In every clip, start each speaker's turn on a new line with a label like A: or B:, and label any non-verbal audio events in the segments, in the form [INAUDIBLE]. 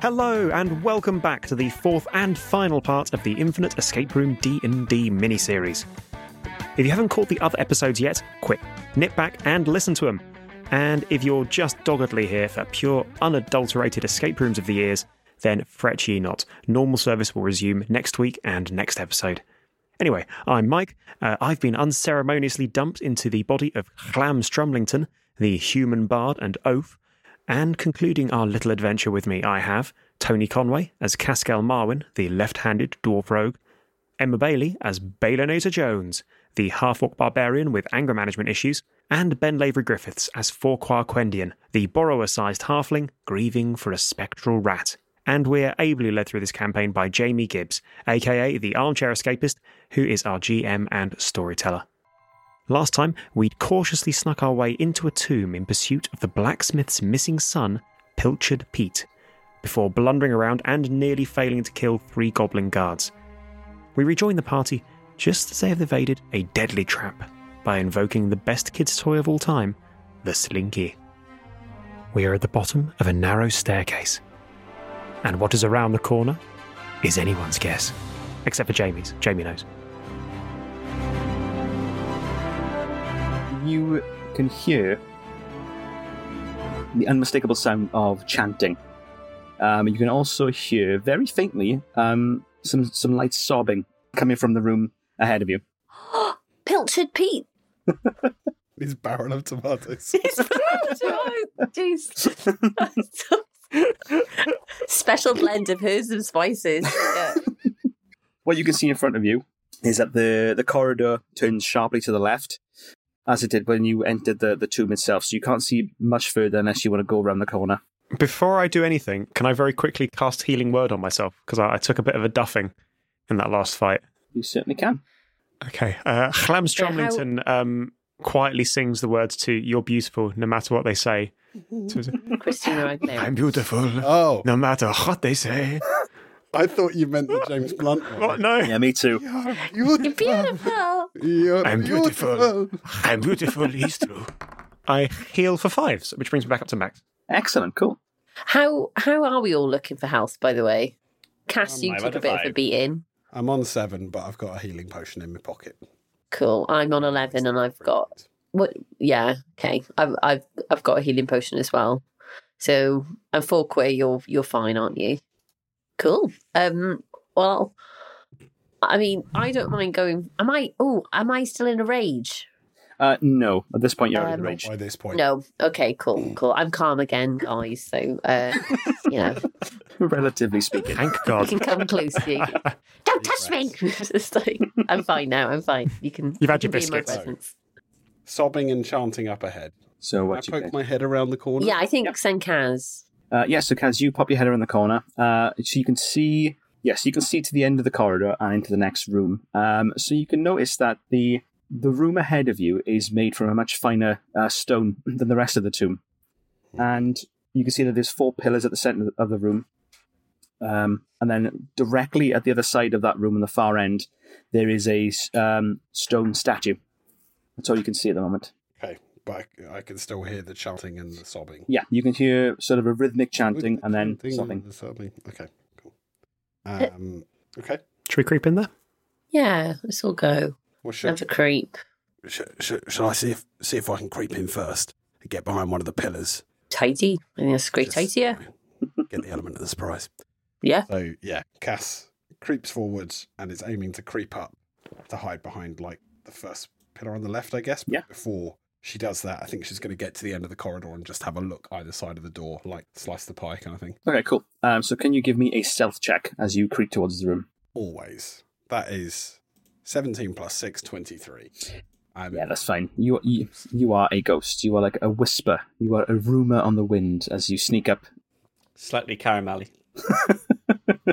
A: Hello and welcome back to the fourth and final part of the Infinite Escape Room D&D miniseries. If you haven't caught the other episodes yet, quick, nip back and listen to them. And if you're just doggedly here for pure, unadulterated escape rooms of the years, then fret ye not. Normal service will resume next week and next episode. Anyway, I'm Mike. Uh, I've been unceremoniously dumped into the body of Chlam Strumlington, the human bard and oaf, and concluding our little adventure with me, I have Tony Conway as Cascal Marwin, the left handed dwarf rogue, Emma Bailey as Balenota Jones, the half orc barbarian with anger management issues, and Ben Lavery Griffiths as Forquhar Quendian, the borrower sized halfling grieving for a spectral rat. And we're ably led through this campaign by Jamie Gibbs, aka the Armchair Escapist, who is our GM and storyteller. Last time, we'd cautiously snuck our way into a tomb in pursuit of the blacksmith's missing son, Pilchard Pete, before blundering around and nearly failing to kill three goblin guards. We rejoin the party just as they have evaded a deadly trap by invoking the best kid's toy of all time, the Slinky. We are at the bottom of a narrow staircase, and what is around the corner is anyone's guess, except for Jamie's. Jamie knows.
B: you can hear the unmistakable sound of chanting. Um, you can also hear very faintly um, some some light sobbing coming from the room ahead of you.
C: Pilchard Pete.
D: His barrel
C: [LAUGHS]
D: of tomatoes.
C: oh, [LAUGHS] jeez. Special blend of herbs and spices. Yeah.
B: [LAUGHS] What you can see in front of you is that the the corridor turns sharply to the left, as it did when you entered the the tomb itself. So you can't see much further unless you want to go around the corner.
A: Before I do anything, can I very quickly cast Healing Word on myself? Because I, I took a bit of a duffing in that last fight.
B: You certainly can.
A: Okay. Uh, Chlam Stromlington um, quietly sings the words to You're Beautiful, no matter what they say.
C: Christina [LAUGHS] Aguilera.
A: beautiful,
D: Oh,
A: no matter what they say.
D: I thought you meant the James Blunt one.
A: What? No. [LAUGHS]
B: Yeah, me too.
D: You're
C: You're
D: beautiful.
C: beautiful.
D: You're
A: I'm beautiful.
D: beautiful.
A: I'm beautiful, he's true. I heal for fives, which brings me back up to max.
B: Excellent, cool.
C: How how are we all looking for health, by the way? Cass,
E: Um,
C: you
E: I'm
C: took
E: at
C: a
E: a
C: bit of a
E: five.
C: beating.
D: I'm on seven, but I've got a healing potion in my pocket.
C: Cool. I'm on eleven, and I've got what? Yeah. Okay. I've I've I've got a healing potion as well. So and four queer, you're you're fine, aren't you? Cool. Um. Well, I mean, I don't mind going. Am I? Oh, am I still in a rage?
B: Uh, no, at this point you're out of
C: Um,
B: the
D: Not
B: range.
D: by this point.
C: No. Okay.
A: Hmm.
C: Cool. Cool. I'm calm again, guys. So, uh,
A: [LAUGHS]
C: you know,
B: Relatively speaking,
A: Thank
C: you
A: God.
C: can come close.
A: [LAUGHS]
C: You. Don't touch me. [LAUGHS] It's like, I'm fine now. I'm fine. You can.
A: You've had
C: you
A: your
C: can be in my
A: biscuits.
C: presence.
D: Sobbing and chanting up ahead.
B: so
D: I
B: what you
D: poke my head around the corner.
C: Yeah, I think Senkaz.
B: Uh, yeah, so Kaz, you pop your head around the corner, uh, so you can see. Yes, you can see to the end of the corridor and into the next room. Um, so you can notice that the the room ahead of you is made from a much finer uh, stone [CLEARS THROAT] than the rest of the tomb, and you can see that there's four pillars at the center of the room. Um, and then directly at the other side of that room, on the far end, there is a s- um, stone statue. That's all you can see at the moment.
D: Okay, but I, I can still hear the chanting and the sobbing.
B: Yeah, you can hear sort of a rhythmic chanting and then
D: Chanting
B: something.
D: and the sobbing. Okay, cool. Um, okay.
A: Should we creep in there?
C: Yeah, let's all go.
D: Well, should,
C: Have a creep.
D: should, should, should I see if see if I can creep in first and get behind one of the pillars?
C: Tidy. I think that's a great
D: Just-
C: idea.
D: Get the element of the surprise.
C: Yeah.
D: [LAUGHS] So yeah, Cass creeps forwards and is aiming to creep up to hide behind like the first pillar on the left, I guess. But
B: Yeah.
D: Before she does that, I think she's going to get to the end of the corridor and just have a look either side of the door, like slice the pie kind of thing.
B: Okay, cool. Um, so can you give me a stealth check as you creep towards the room?
D: Always. That is seventeen plus six, twenty-three. Um,
B: Yeah, that's fine. You you, you are a ghost. You are like a whisper. You are a rumor on the wind as you sneak up.
E: Slightly caramelly.
B: [LAUGHS]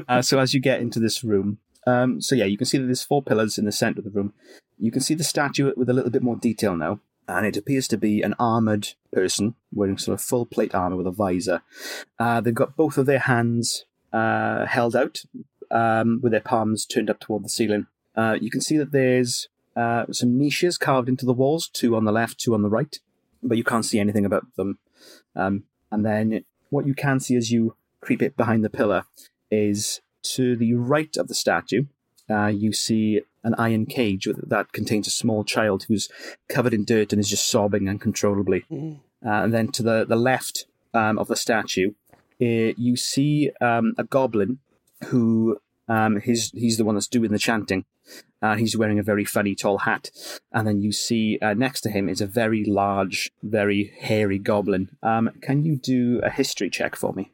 B: Uh, so as you get into this room, um, so yeah, you can see that there's four pillars in the center of the room. You can see the statue with a little bit more detail now, and it appears to be an armored person wearing sort of full plate armor with a visor. Uh, they've got both of their hands uh, held out, um, with their palms turned up toward the ceiling. Uh, you can see that there's uh, some niches carved into the walls, two on the left, two on the right. but you can't see anything about them. Um, and then what you can see as you creep it behind the pillar is to the right of the statue, uh, you see an iron cage with- that contains a small child who's covered in dirt and is just sobbing uncontrollably. Uh, and then to the, the left um, of the statue, eh, you see um, a goblin who um, he's, he's the one that's doing the chanting. Uh, he's wearing a very funny tall hat. And then you see uh, next to him is a very large, very hairy goblin. Um, can you do a history check for me?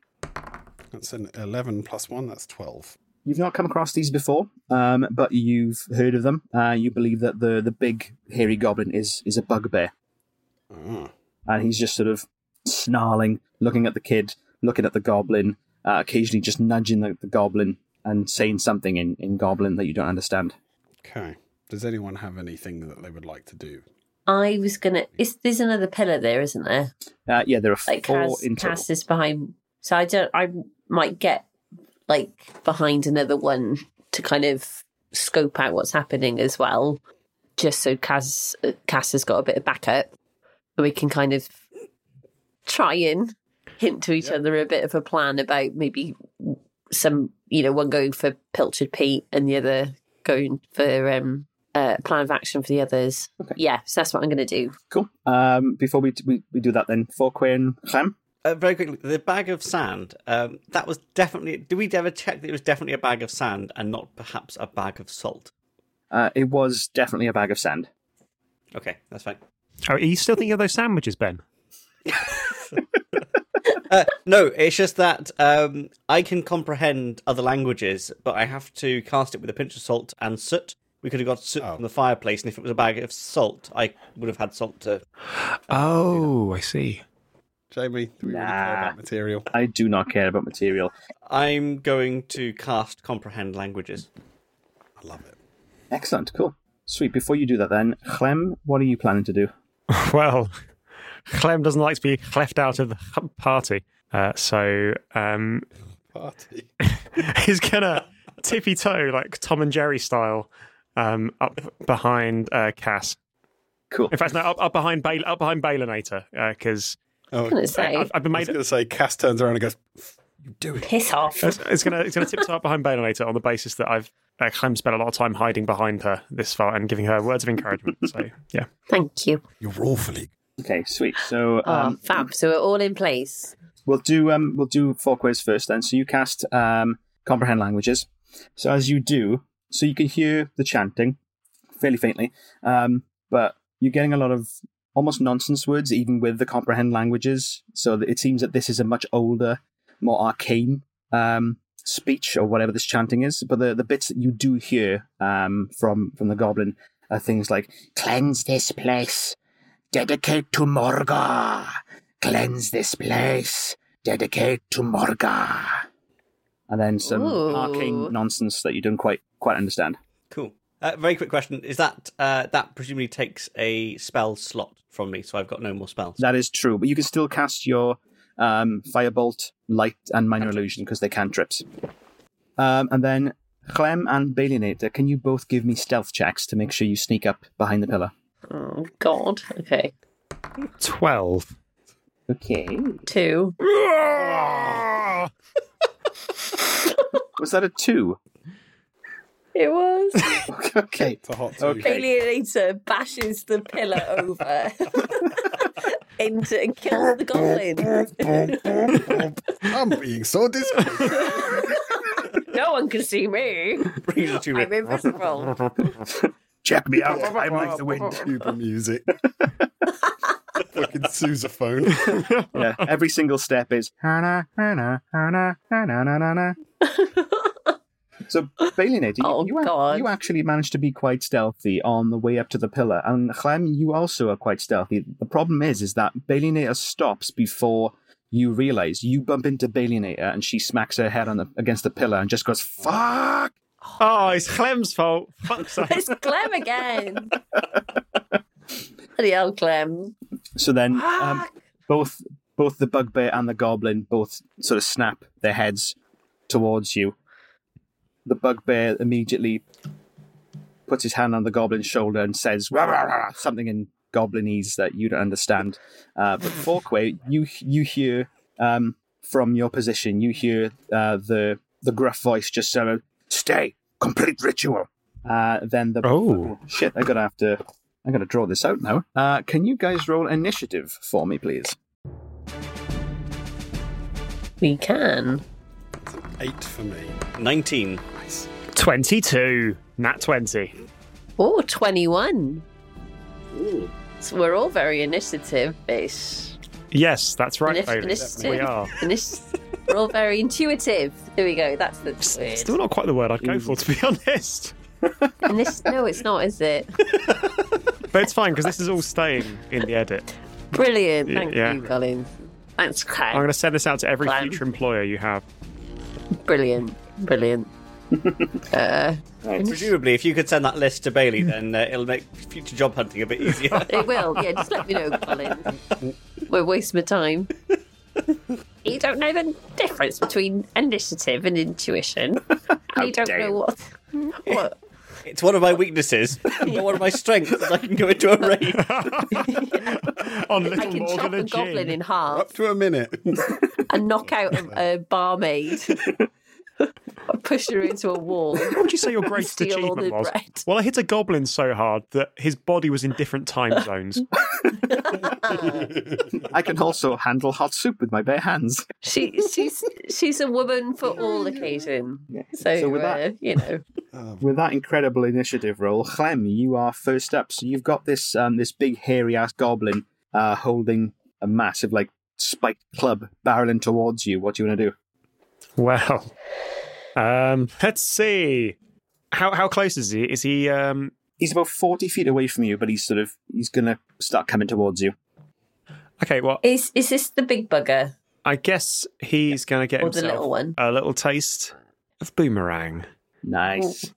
D: That's an 11 plus 1, that's 12.
B: You've not come across these before, um, but you've heard of them. Uh, you believe that the, the big hairy goblin is is a bugbear,
D: Ah.
B: and he's just sort of snarling, looking at the kid, looking at the goblin, uh, occasionally just nudging the, the goblin and saying something in, in goblin that you don't understand.
D: Okay. Does anyone have anything that they would like to do?
C: I was gonna. Is there's another pillar there, isn't there?
B: Uh, yeah, there are
C: Like
B: four
C: Kaz,
B: in total.
C: Kaz is behind. So I don't. I might get like behind another one to kind of scope out what's happening as well, just so Kaz uh, Cass has got a bit of backup, and we can kind of try and hint to each
D: Yeah.
C: other a bit of a plan about maybe some you know one going for Pilchard Pete and the other going for um uh, plan of action for the others.
B: Okay.
C: Yeah, so that's what I'm going to do.
B: Cool. Um, before we, we we do that, then Forquay and Clem.
E: Uh, very quickly, the bag of sand. Um, that was definitely. Did we ever check that it was definitely a bag of sand and not perhaps a bag of salt?
B: Uh, it was definitely a bag of sand.
E: Okay, that's fine.
A: Oh, Are you still thinking of those sandwiches, Ben?
E: Uh, no, it's just that um, I can comprehend other languages, but I have to cast it with a pinch of salt and soot. We could have got soot
D: Oh.
E: from the fireplace, and if it was a bag of salt, I would have had salt to.
A: Oh, I see.
D: Jamie, do we really care
B: Nah.
D: about material?
B: I do not care about material.
E: I'm going to cast comprehend languages.
D: I love it.
B: Excellent. Cool. Sweet. Before you do that, then Clem, what are you planning to do?
A: Well, [LAUGHS] Clem doesn't like to be left out of the party, uh, [LAUGHS] so um,
D: Party.
A: he's gonna tippy toe like Tom and Jerry style um, up behind uh, Cass.
B: Cool.
A: In fact, no, up, up behind Bale, up behind Balinator because
D: Oh,
C: I'm going to say.
A: I've, I've been
D: I was
A: made.
D: going to say, Cass turns around and goes, You do it.
C: Piss off.
A: It's, it's gonna it's gonna tiptoe up behind Balinator on the basis that I've uh, Clem spent a lot of time hiding behind her this far and giving her words of encouragement. So yeah,
C: Thank you.
D: You're awfully.
B: Okay, sweet. So
C: Oh,
B: um,
C: fab. So we're all in place.
B: we'll do um, we'll do four quiz first. Then, so you cast um, comprehend languages. So as you do, so you can hear the chanting fairly faintly, um, but you're getting a lot of almost nonsense words, even with the comprehend languages. So that it seems that this is a much older, more arcane um, speech or whatever this chanting is. But the, the bits that you do hear um, from from the goblin are things like cleanse this place, dedicate to Morga, cleanse this place, dedicate to Morga. And then some
C: Ooh.
B: arcane nonsense that you don't quite quite understand.
E: Cool. Uh, very quick question: Is that uh, that presumably takes a spell slot from me, so I've got no more spells?
B: That is true, but you can still cast your um, firebolt, light, and minor illusion because they cantrips. Um, and then Clem and Balinator, can you both give me stealth checks to make sure you sneak up behind the pillar?
C: Oh, God. Okay.
A: twelve.
B: Okay.
C: Two.
B: Was that a two? [LAUGHS]
C: It [LAUGHS] was.
B: okay.
D: It's a hot two.
B: Okay.
C: Alienator bashes the pillar [LAUGHS] over into and kills the goblin.
D: I'm being so
C: [LAUGHS]
D: disappointed.
C: no one can see me.
E: [LAUGHS] Brings the two
C: I'm invisible.
B: Check me out.
D: I'm like the wind. Cuba music. Fucking sousaphone.
B: yeah, every single step is. "Hana, hana, hana, hana, na, na, na."
C: [LAUGHS]
B: so, Balinator, you,
C: Oh,
B: you, ac-
C: God.
B: you actually managed to be quite stealthy on the way up to the pillar. And Clem, you also are quite stealthy. The problem is, is that Balinator stops before you realize. You bump into Balinator and she smacks her head on the, against the pillar and just goes, fuck!
A: Oh, it's Clem's fault. Fuck's [LAUGHS] sake.
C: It's Clem again. Bloody hell, Clem.
B: So then um, both both the bugbear and the goblin both sort of snap their heads towards you. The bugbear immediately puts his hand on the goblin's shoulder and says "Rah, rah, rah," something in goblinese that you don't understand. Uh, but Forkway, you you hear um, from your position, you hear uh, the the gruff voice just say, "Stay, complete ritual." Uh, then the
A: Oh.
B: shit, I'm gonna have to. I'm gonna draw this out now. Uh, can you guys roll initiative for me, please?
C: We can.
D: Eight for me.
E: 19.
D: Nice.
A: 22. Nat 20.
C: Oh, 21. So we're all very initiative based.
A: Yes, that's right,
C: Init-
A: baby.
C: initiative.
A: We [LAUGHS] are.
C: Initi- we're all very intuitive. There we go. That's the word.
A: Still not quite the word I'd go for, to be honest.
C: Inis- no, it's not, is it?
A: But it's fine because this is all staying in the edit.
C: Brilliant.
A: Yeah,
C: Thank
A: yeah.
C: you, Colin. Thanks,
A: I'm
C: Craig.
A: going to send this out to every
C: Glenn.
A: future employer you have.
C: [LAUGHS] Brilliant. Brilliant.
E: Presumably, if you could send that list to Bailey, then uh, it'll make future job hunting a bit easier.
C: It will. Yeah, just let me know, Colin. We're wasting my time. You don't know the difference between initiative and intuition. And you don't
B: dare
C: know
B: you.
C: what. what?
E: it's one of my weaknesses, but one of my strengths is I can go into a raid.
A: On
C: I
A: little
C: can
A: more
C: chop
A: than
C: a
A: a
C: goblin
A: gin.
C: in half
D: Up to a minute. [LAUGHS]
C: and knock out a,
A: [LAUGHS]
C: a barmaid. Or push her into a wall.
A: What would you say your greatest
C: [LAUGHS] Steal all
A: achievement
C: the
A: was?
C: bread.
A: Well, I hit a goblin so hard that his body was in different
C: [LAUGHS]
A: time zones.
B: I can also handle hot soup with my bare hands.
C: [LAUGHS] She, she's she's a woman for all occasion. So,
B: So with
C: uh,
B: that-
C: you know,
B: With that incredible initiative roll, Clem, you are first up. So you've got this um, this big hairy ass goblin uh, holding a massive like spiked club barreling towards you. What do you want to do?
A: Well, um, let's see. How how close is he? Is he? Um,
B: He's about forty feet away from you, but he's sort of he's gonna start coming towards you.
A: okay, well,
C: is is this the big bugger
A: I guess he's going to get
C: or the
A: himself
C: little one,
A: a little taste of boomerang. [LAUGHS]
B: Nice.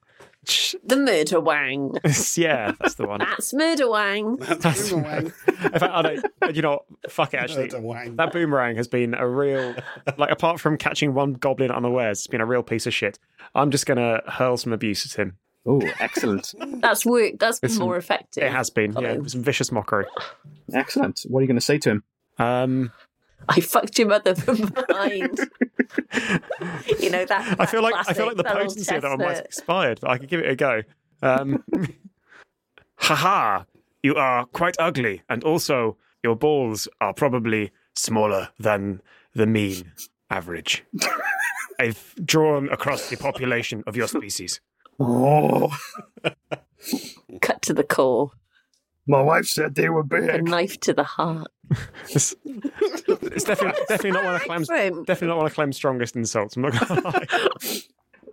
A: Ch-
C: the murder wang?
A: yeah, that's the one.
C: That's murder wang.
A: That's-
D: Boomerang.
A: In fact, I don't. You know, what? fuck it. Actually,
D: Boomerang.
A: that boomerang has been a real like. Apart from catching one goblin unawares, it's been a real piece of shit. I'm just going to hurl some abuse at him.
B: Oh, [LAUGHS] excellent,
C: That's work. That's been
A: It's-
C: more effective.
A: It has been, yeah,
C: Colin.
A: some vicious mockery.
B: excellent. What are you gonna say to him?
A: Um,
C: I fucked your mother from
A: [LAUGHS]
C: behind. you know that.
A: I feel
C: that
A: like I feel
C: classic,
A: like the
C: that old
A: potency of that one might have
C: chestnut.
A: expired, but I could give it a go. Um, [LAUGHS] haha! You are quite ugly, and also your balls are probably smaller than the mean average. I've drawn across the population of your species.
B: Oh,
C: Cut to the core.
B: my wife said they were
C: A
B: big.
C: knife to the heart.
A: It's, it's
C: [LAUGHS]
A: definitely, definitely not one of Clem's
C: Excellent.
A: definitely not one of Clem's strongest insults. I'm not gonna lie.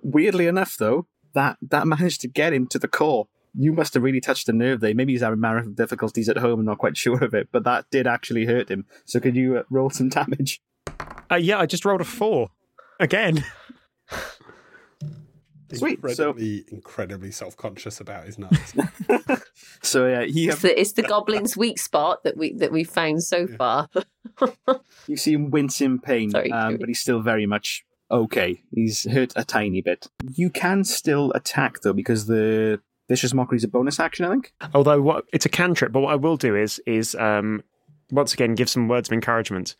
B: Weirdly enough, though, that that managed to get him to the core. You must have really touched a nerve there. Maybe he's having marital difficulties at home. I'm not quite [LAUGHS] sure of it, but that did actually hurt him. So could you uh, roll some [LAUGHS] damage?
A: Uh, yeah, I just rolled a four again.
B: Sweet, so-
D: Incredibly, incredibly self-conscious about his nuts. [LAUGHS]
B: So uh, yeah, he
C: It's the, it's the goblin's weak spot that we that we found so far.
B: you see him wince in pain,
C: Sorry,
B: um,
C: Kiwi.
B: but he's still very much okay. He's hurt a tiny bit. You can still attack though because the vicious mockery is a bonus action. I think.
A: Although what, it's a cantrip, but what I will do is is um, once again give some words of encouragement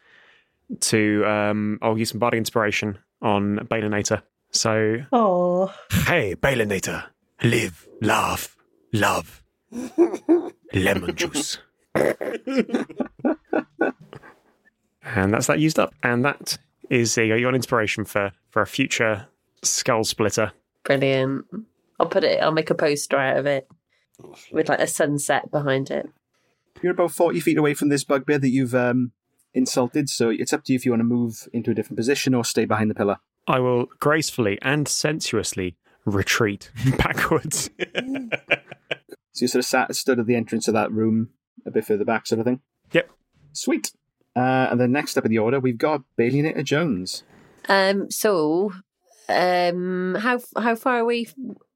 A: to um, I'll use some body inspiration on Balinator. So
C: Oh.
A: hey Balinator, live, laugh, love, lemon juice, and that's that used up. And that is there you go, your inspiration for for a future skull splitter.
C: Brilliant. I'll put it. I'll make a poster out of it with like a sunset behind it.
B: You're about forty feet away from this bugbear that you've um, insulted. So it's up to you if you want to move into a different position or stay behind the pillar.
A: I will gracefully and sensuously retreat [LAUGHS] backwards.
B: So you sort of sat stood at the entrance of that room a bit further back, sort of thing.
A: Yep.
B: Sweet. Uh, and then next up in the order, we've got Balinator Jones.
C: Um. So, um, how how far away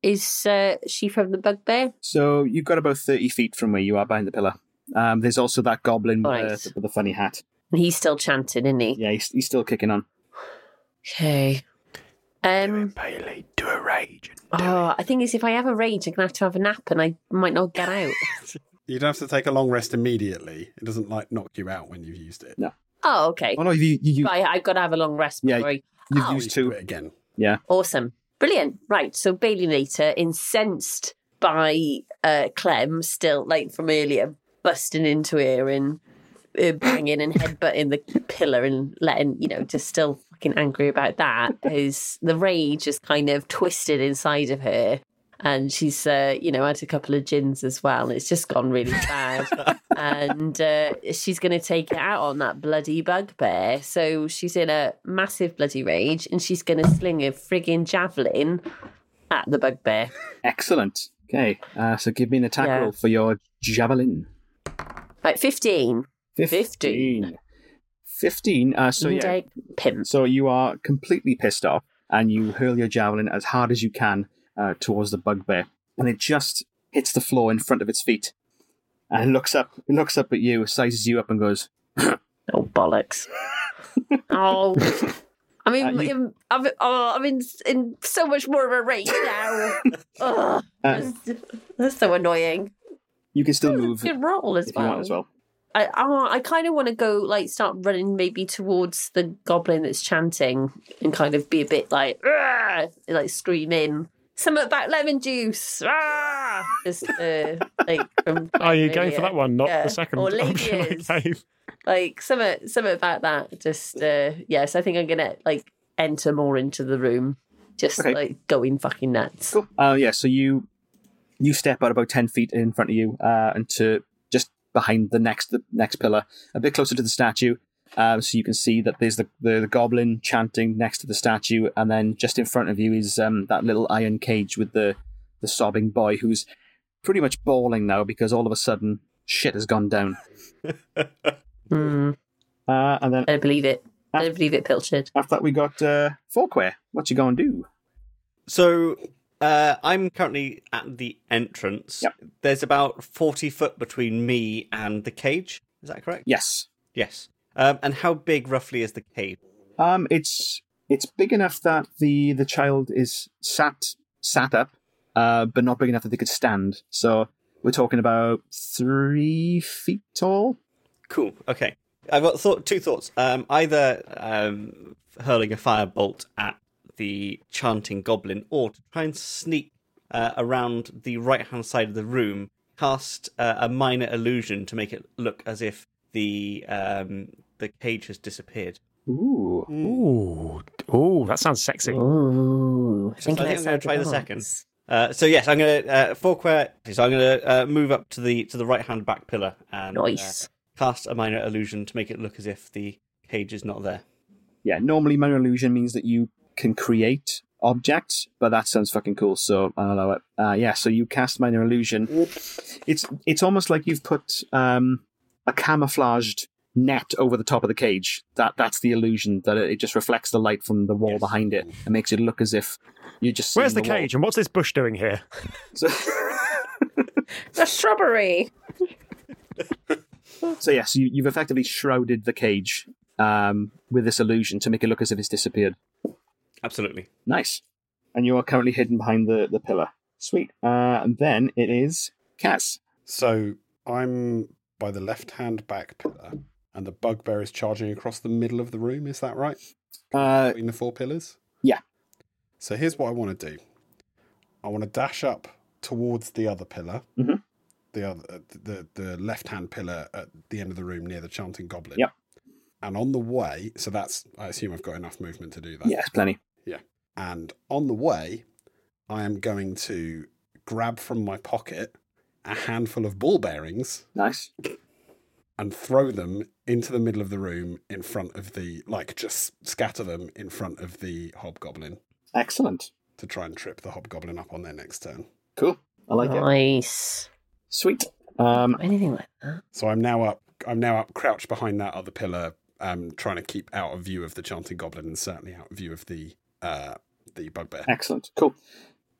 C: is uh, she from the bugbear?
B: So you've got about 30 feet from where you are behind the pillar. Um, there's also that goblin with,
C: Right.
B: the, with the funny hat.
C: And he's still chanting, isn't he?
B: Yeah, he's, he's still kicking on.
C: Okay. Um.
A: Bailey, do a rage. [LAUGHS]
C: Oh, I think it's if I have a rage, I'm gonna have to have a nap, and I might not get out.
D: You don't have to take a long rest immediately. It doesn't like knock you out when you've used it.
B: No.
C: Oh, okay.
B: Oh no, you you, you
C: But I, I've got to have a long rest
B: Yeah.
C: before I
B: you've
C: Oh.
D: You
B: used
D: should
B: two.
D: do it again.
C: Awesome. Brilliant. Right. So Bailey later, incensed by uh, Clem, still like from earlier, busting into her and uh, banging and headbutting the pillar and letting, you know, just still fucking angry about that, is the rage is kind of twisted inside of her. And she's, uh, you know, had a couple of gins as well. It's just gone really bad.
B: [LAUGHS]
C: and uh, she's going to take it out on that bloody bugbear. So she's in a massive bloody rage, and she's going to sling a frigging javelin at the bugbear.
B: Excellent. Okay, uh, so give me an attack
C: Yeah.
B: roll for your javelin.
C: Right, fifteen.
B: 15. 15. Uh, so, yeah.
C: Intake, pimp.
B: So you are completely pissed off and you hurl your javelin as hard as you can uh, towards the bugbear. And it just hits the floor in front of its feet. And it looks up, it looks up at you, sizes you up, and goes,
C: Oh bollocks! oh, I mean,
B: Uh, you-
C: I'm, I'm, oh, I'm in, in so much more of a rage now.
B: [LAUGHS]
C: Ugh,
B: uh,
C: that's, that's so annoying.
B: "You can still
C: That was a
B: move if
C: Good roll as
B: you
C: well.
B: want as well."
C: I I, I kind of want to go like start running maybe towards the goblin that's chanting and kind of be a bit like "Argh!" and, like screaming something about lemon juice. Ah! Just uh, like from
A: Are you going for
C: Yeah.
A: that one, not
C: Yeah.
A: the second
C: Or
A: option I
C: Lydia's.
A: gave?
C: like something something about that. Just uh, yes, I think I'm gonna like enter more into the room, just
B: Okay.
C: like going fucking nuts.
B: Cool. Uh, yeah, so you you step out about 10 feet in front of you uh, and to just behind the next the next pillar, a bit closer to the statue. Um, so you can see that there's the, the, the goblin chanting next to the statue, and then just in front of you is um, that little iron cage with the, the sobbing boy who's pretty much bawling now because all of a sudden shit has gone down.
C: Mm,
B: Uh, and then
C: I don't believe it. I don't believe it. Pilchard.
B: after that, we got uh, Forquare. What you going to do?
E: So uh, I'm currently at the entrance.
B: Yep.
E: There's about forty foot between me and the cage. Is that correct?
B: Yes.
E: Yes. Um, and how big roughly is the cage?
B: Um, it's it's big enough that the the child is sat sat up, uh, but not big enough that they could stand. So we're talking about three feet tall.
E: Cool. Okay. I've got thought, two thoughts. Um, either um, hurling a firebolt at the chanting goblin, or to try and sneak uh, around the right hand side of the room, cast uh, a minor illusion to make it look as if the um, the cage has disappeared.
B: Ooh,
A: Ooh, ooh, that sounds sexy.
C: Ooh, I
E: So I think I'm going to try the second.
C: seconds.
E: Uh, so yes, I'm going to uh, four quare. So I'm going to uh, move up to the to the right hand back pillar and uh,
C: Nice.
E: cast a minor illusion to make it look as if the cage is not there.
B: yeah. Normally, minor illusion means that you can create objects, but that sounds fucking cool. So I'll allow it. Uh, yeah. So you cast minor illusion. It's it's almost like you've put um, a camouflaged net over the top of the cage. That that's the illusion that it, it just reflects the light from the wall
E: Yes.
B: behind it and makes it look as if you're just. seeing
A: Where's the
B: wall.
A: cage and what's this bush doing here?
B: [LAUGHS] So,
C: The shrubbery.
B: so yes, you, you've effectively shrouded the cage um, with this illusion to make it look as if it's disappeared.
E: Absolutely.
B: Nice. And you are currently hidden behind the, the pillar. Sweet. Uh, and then it is Cass.
D: So I'm by the left hand back pillar, and the bugbear is charging across the middle of the room. Is that right?
B: Uh,
D: Between the four pillars?
B: Yeah.
D: So here's what I want to do I want to dash up towards the other pillar,
B: Mhm.
D: the other, uh, the, the left hand pillar at the end of the room near the chanting goblin.
B: Yep.
D: And on the way, so that's, I assume I've got enough movement to do that.
B: yes, plenty.
D: And on the way, I am going to grab from my pocket a handful of ball bearings
B: Nice.
D: and throw them into the middle of the room in front of the, like, just scatter them in front of the hobgoblin
B: Excellent.
D: to try and trip the hobgoblin up on their next turn.
B: Cool. I like it.
C: Nice.
B: Sweet. Um,
C: Anything like that.
D: So I'm now up. I'm now up, crouched behind that other pillar, um, trying to keep out of view of the chanting goblin and certainly out of view of the uh, the bugbear.
B: excellent. Cool.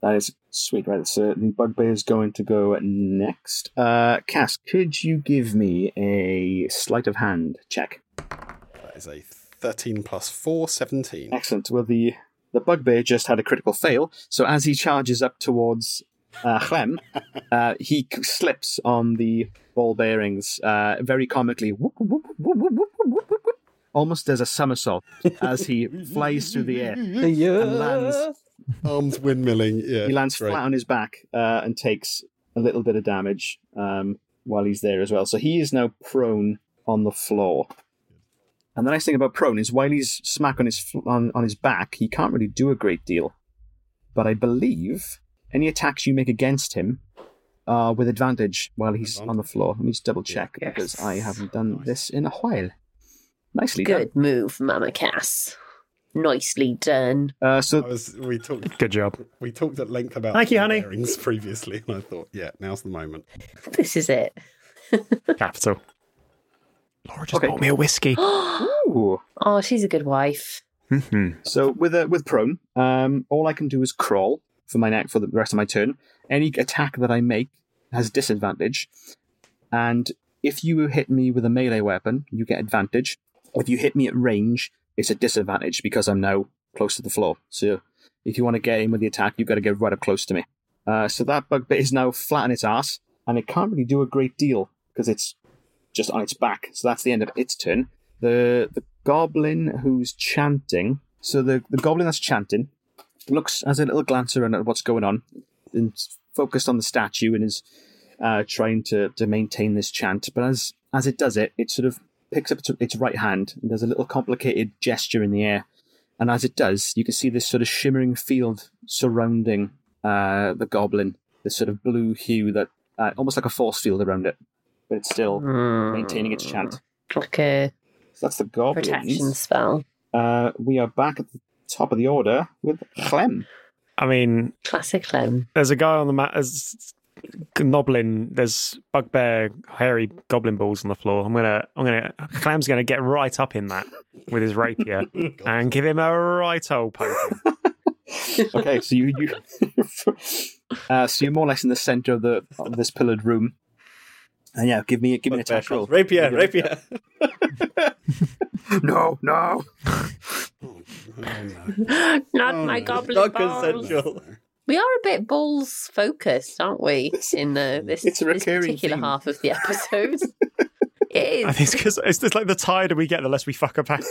B: That is sweet. Right. So the bugbear is going to go next. Uh, Cass, could you give me a sleight of hand check?
D: That is a 13 plus 4, 17.
B: Excellent. Well, the the bugbear just had a critical fail, so as he charges up towards uh, Clem, uh, he c- slips on the ball bearings uh, very comically, whoop, whoop, whoop, whoop, whoop, whoop, whoop, whoop, almost does a somersault as he flies through the air.
A: And
B: lands.
D: Arms windmilling. Yeah,
B: He lands
D: right.
B: flat on his back uh, and takes a little bit of damage um, while he's there as well. So he is now prone on the floor. And the nice thing about prone is while he's smack on his fl- on, on his back, he can't really do a great deal. But I believe any attacks you make against him are with advantage while he's on the floor. Let me just double check
C: Yes.
B: because I haven't done this in a while. Nicely
C: Good move, Mama Cass. Nicely done.
B: done. Uh,
D: I
B: so
D: was, we talked.
A: Good job.
D: We talked at length about
A: Thank you,
D: ball
A: honey.
D: bearings previously, and I thought, yeah, now's the moment.
C: This is it. [GASPS]
A: Capital. Laura just
B: Okay.
A: bought me a
C: [GASPS]
A: whiskey.
B: Ooh.
C: Oh, she's a good wife.
A: Mhm.
B: So with a, with prone, um, all I can do is crawl for my neck for the rest of my turn. Any attack that I make has disadvantage, and if you hit me with a melee weapon, you get advantage. If you hit me at range, it's a disadvantage because I'm now close to the floor. So if you want to get in with the attack, you've got to get right up close to me. Uh, so that bug bit is now flat on its ass, and it can't really do a great deal because it's just on its back. So that's the end of its turn. The the goblin who's chanting. So the, the goblin that's chanting looks has a little glance around at what's going on, and s- focused on the statue and is uh, trying to, to maintain this chant. But as as it does it, it sort of picks up its, its right hand and does a little complicated gesture in the air. And as it does, you can see this sort of shimmering field surrounding uh, the goblin, this sort of blue hue that uh, almost like a force field around it, but it's still maintaining its chant.
C: Hmm. Like a
B: So that's the goblins.
C: protection spell.
B: Uh, we are back at the top of the order with Clem.
A: I mean,
C: Classic Clem.
B: [GASPS]
A: there's a guy on the mat. There's goblin. There's bugbear, hairy goblin balls on the floor. I'm gonna, I'm gonna. Clam's gonna get right up in that with his rapier and give him a right old poking.
B: Okay, so you, [LAUGHS] you uh, so you're more or less in the center of the of this pillared room. And yeah, give me give me an
E: Bugbear
B: attack roll.
E: shots. Rapier,
B: Give me an
E: rapier.
B: No, no.
D: Oh, no.
C: Not
D: Oh,
C: my
D: no.
C: goblin
E: Not
C: balls. [LAUGHS]
E: consensual.
C: We are a bit balls focused, aren't we? In
B: [LAUGHS]
C: the this,
B: it's a
C: this
B: recurring
C: particular
B: theme.
C: half of
B: [LAUGHS]
C: the episode. it
A: I
C: is.
A: think because it's just like the tighter we get, the less we fuck about.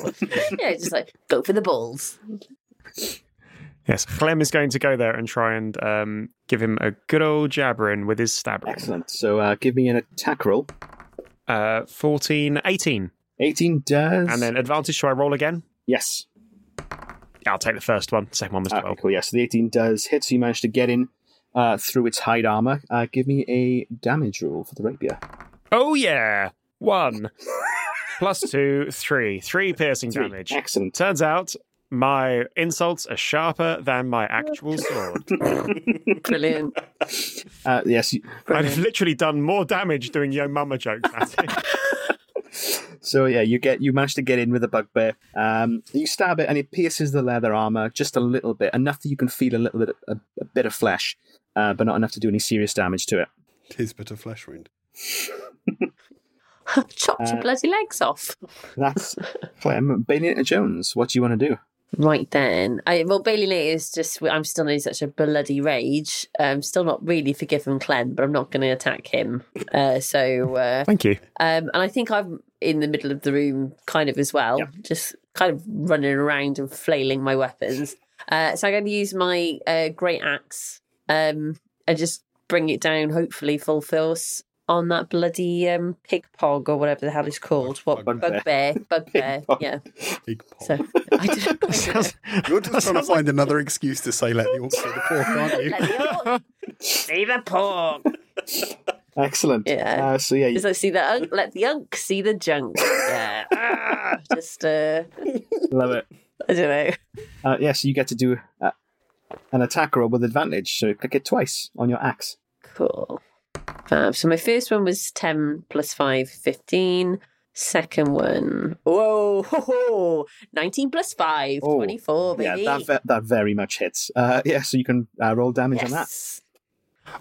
C: Yeah, just like go for the balls.
A: yes, Clem is going to go there and try and um, give him a good old jabbering with his stabbering.
B: Excellent. So uh, give me an attack roll.
A: Uh, 14, 18.
B: 18 does.
A: And then advantage, should I roll again?
B: yes.
A: Yeah, I'll take the first one. Second one was
B: Ah,
A: 12.
B: cool. Yeah. So the 18 does hit. So you managed to get in uh, through its hide armor. Uh, give me a damage roll for the rapier.
A: Oh, yeah. One. Plus two, three. Three piercing
B: Three.
A: damage.
B: Excellent.
A: Turns out my insults are sharper than my [LAUGHS] actual sword.
B: [LAUGHS]
C: Brilliant.
B: Uh, yes. you-
A: I've literally done more damage doing yo mama jokes at it.
B: So yeah, you get you manage to get in with a bugbear. Um, you stab it, and it pierces the leather armor just a little bit, enough that you can feel a little bit a, a bit of flesh, uh, but not enough to do any serious damage to it.
D: Tis but a flesh wound.
C: [LAUGHS] Chopped
B: Uh,
C: your bloody legs off.
B: That's Clem Bayonetta Jones. What do you want to do?
C: Right then, I, well, Bailey Lee is just. I'm still in such a bloody rage. I'm still not really forgiven Clem, but I'm not going to attack him. Uh, so,
A: [LAUGHS]
C: uh,
A: Thank you.
C: um, and I think I'm in the middle of the room, kind of as well,
B: Yeah.
C: just kind of running around and flailing my weapons. Uh, so I'm going to use my uh, great axe um, and just bring it down, hopefully full force on that bloody um, pig pog or whatever the hell it's called. What
B: Bugbear.
C: bugbear?
B: [LAUGHS]
C: Bugbear.
B: pog.
C: yeah.
D: Big pop.
C: So I don't. [LAUGHS] I don't know.
A: Sounds-
D: You're
C: [LAUGHS]
D: just trying to find another excuse to say let the orcs do the pork, aren't you?
C: Let the orc see the pork.
B: Excellent.
C: Yeah.
B: Uh, so yeah, you,
C: Just like see the unk, let the unk see the junk.
B: [LAUGHS]
C: Yeah. Ah, Just uh,
B: love it.
C: I don't know.
B: Uh, yeah, so you get to do uh, an attack roll with advantage. So click it twice on your axe.
C: Cool. Fab. So my first one was 10 plus 5, 15. Second one, whoa, ho, ho, 19 plus 5,
B: Oh,
C: 24, baby.
B: Yeah, that ve- that very much hits. Uh, [LAUGHS] yeah, so you can uh, roll damage on that.
C: yes.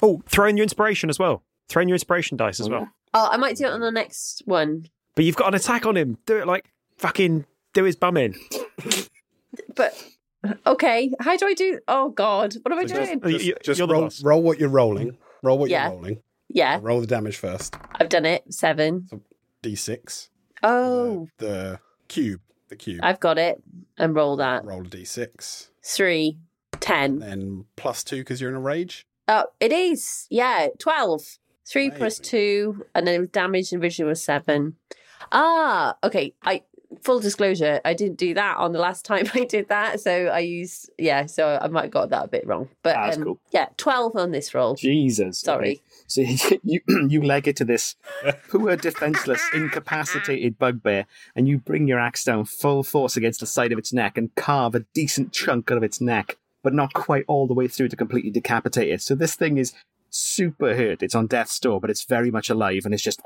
A: Oh, throw in your inspiration as well. Throw in your inspiration dice as
B: Oh,
A: well.
B: yeah.
C: Oh, I might do it on the next one.
A: But you've got an attack on him. Do it like fucking do his bum in.
C: But Okay, how do I do? Oh God, what am I doing?
A: You- you-
D: Just
A: you're the
D: roll,
A: boss.
D: roll what you're rolling. Roll what
C: Yeah.
D: you're rolling.
C: Yeah,
D: Roll the damage first.
C: I've done it. Seven.
D: D6.
C: Oh, Uh.
D: The, Uh, the cube. The cube.
C: I've got it. And roll that
D: Roll a D6.
C: three, ten.
D: Then plus two because you're in a rage.
C: Oh, it is. Yeah, twelve. Three plus
D: Amazing.
C: two, and then damage originally was seven. Ah, okay. I full disclosure, I didn't do that on the last time [LAUGHS] I did that, so I used yeah. So I might have got that a bit wrong, but
B: Ah, that's
C: um,
B: cool.
C: yeah, twelve on this roll.
B: Jesus.
C: Sorry.
B: So [LAUGHS] you you leg it to this poor, defenseless, incapacitated bugbear, and you bring your axe down full force against the side of its neck and carve a decent chunk out of its neck, but not quite all the way through to completely decapitate it. So this thing is super hurt. It's on death's door, but it's very much alive, and it's just.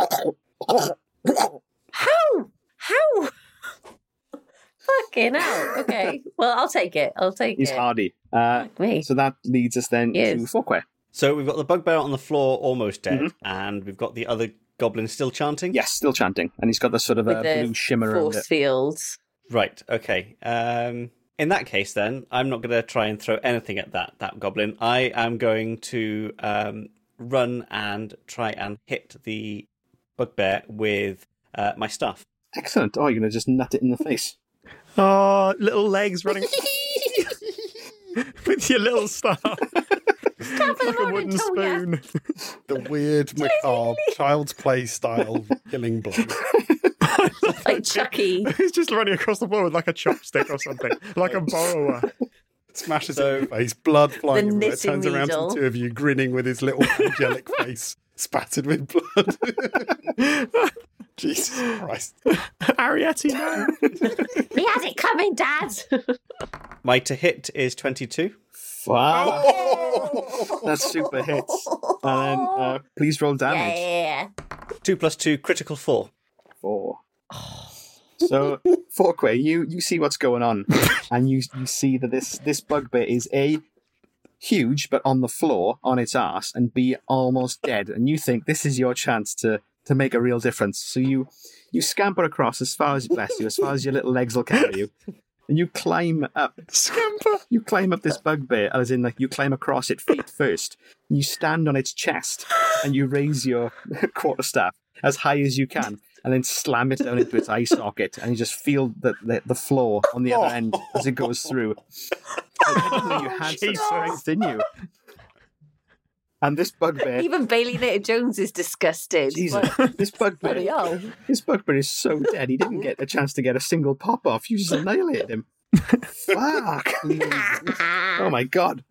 C: How? How? [LAUGHS] Fucking hell.
B: [LAUGHS]
C: Okay. Well, I'll take it. I'll take
B: He's
C: it.
B: hardy. Uh,
C: Me.
B: so that leads us then
C: Yes.
B: to Forquare.
E: So we've got the bugbear on the floor, almost dead, and we've got the other goblin still chanting.
B: Yes, still chanting, and he's got this sort of
C: With
B: a
C: the
B: uh, blue shimmer around it. [LAUGHS]
C: Force fields.
E: Right. Okay. Um, in that case, then I'm not going to try and throw anything at that that goblin. I am going to um, run and try and hit the bugbear with uh, my staff.
B: Excellent. Oh, you're gonna just nut it in the face.
A: Oh, little legs [LAUGHS] running with your little [LAUGHS] star.
C: Stop it,
A: like a
C: Lauren,
A: wooden
C: don't ya?
A: spoon.
D: The
C: [LAUGHS]
D: weird, macabre, child's play style killing blow.
B: [LAUGHS]
C: Like Chucky.
A: [LAUGHS] He's just running across the wall with like a chopstick or something, like a borrower.
D: Smashes
E: So-
D: it in the face, blood flying
C: The
D: everywhere.
C: knitting
D: Turns around to
C: needle.
D: the two of you, grinning with his little
C: [LAUGHS]
D: angelic face spattered with blood. [LAUGHS] Jesus Christ.
A: [LAUGHS] Arietti, no.
C: We had it coming, Dad.
E: My to hit is twenty-two.
B: Wow.
D: Oh!
B: That's super
C: [LAUGHS]
B: hits. And then uh, please roll damage.
C: Yeah.
E: Two plus two, critical four. [LAUGHS]
B: Four. So, [LAUGHS] Forquay, you you see what's going on, and you you see that this this bugbear is a huge, but on the floor on its ass, and b almost dead, and you think this is your chance to to make a real difference. So you you scamper across as far as bless you, as far as your little legs will carry you, and you climb up
A: Scamper.
B: You climb up this bugbear, as in, like, you climb across it feet first. You stand on its chest and you raise your [LAUGHS] quarterstaff as high as you can and then slam it down into its eye socket and you just feel the, the, the floor on the other end as it goes through. I didn't know you had such
A: Jesus.
B: strength in you. And this
A: Eh.
B: bugbear,
C: Even Bailey Native Jones is disgusted.
B: Jesus,
C: Like,
B: this
C: bloody
B: bugbear,
C: hell.
B: this bugbear is so dead. He didn't get a chance to get a single pop off. You just annihilated him. Fuck. Oh my god.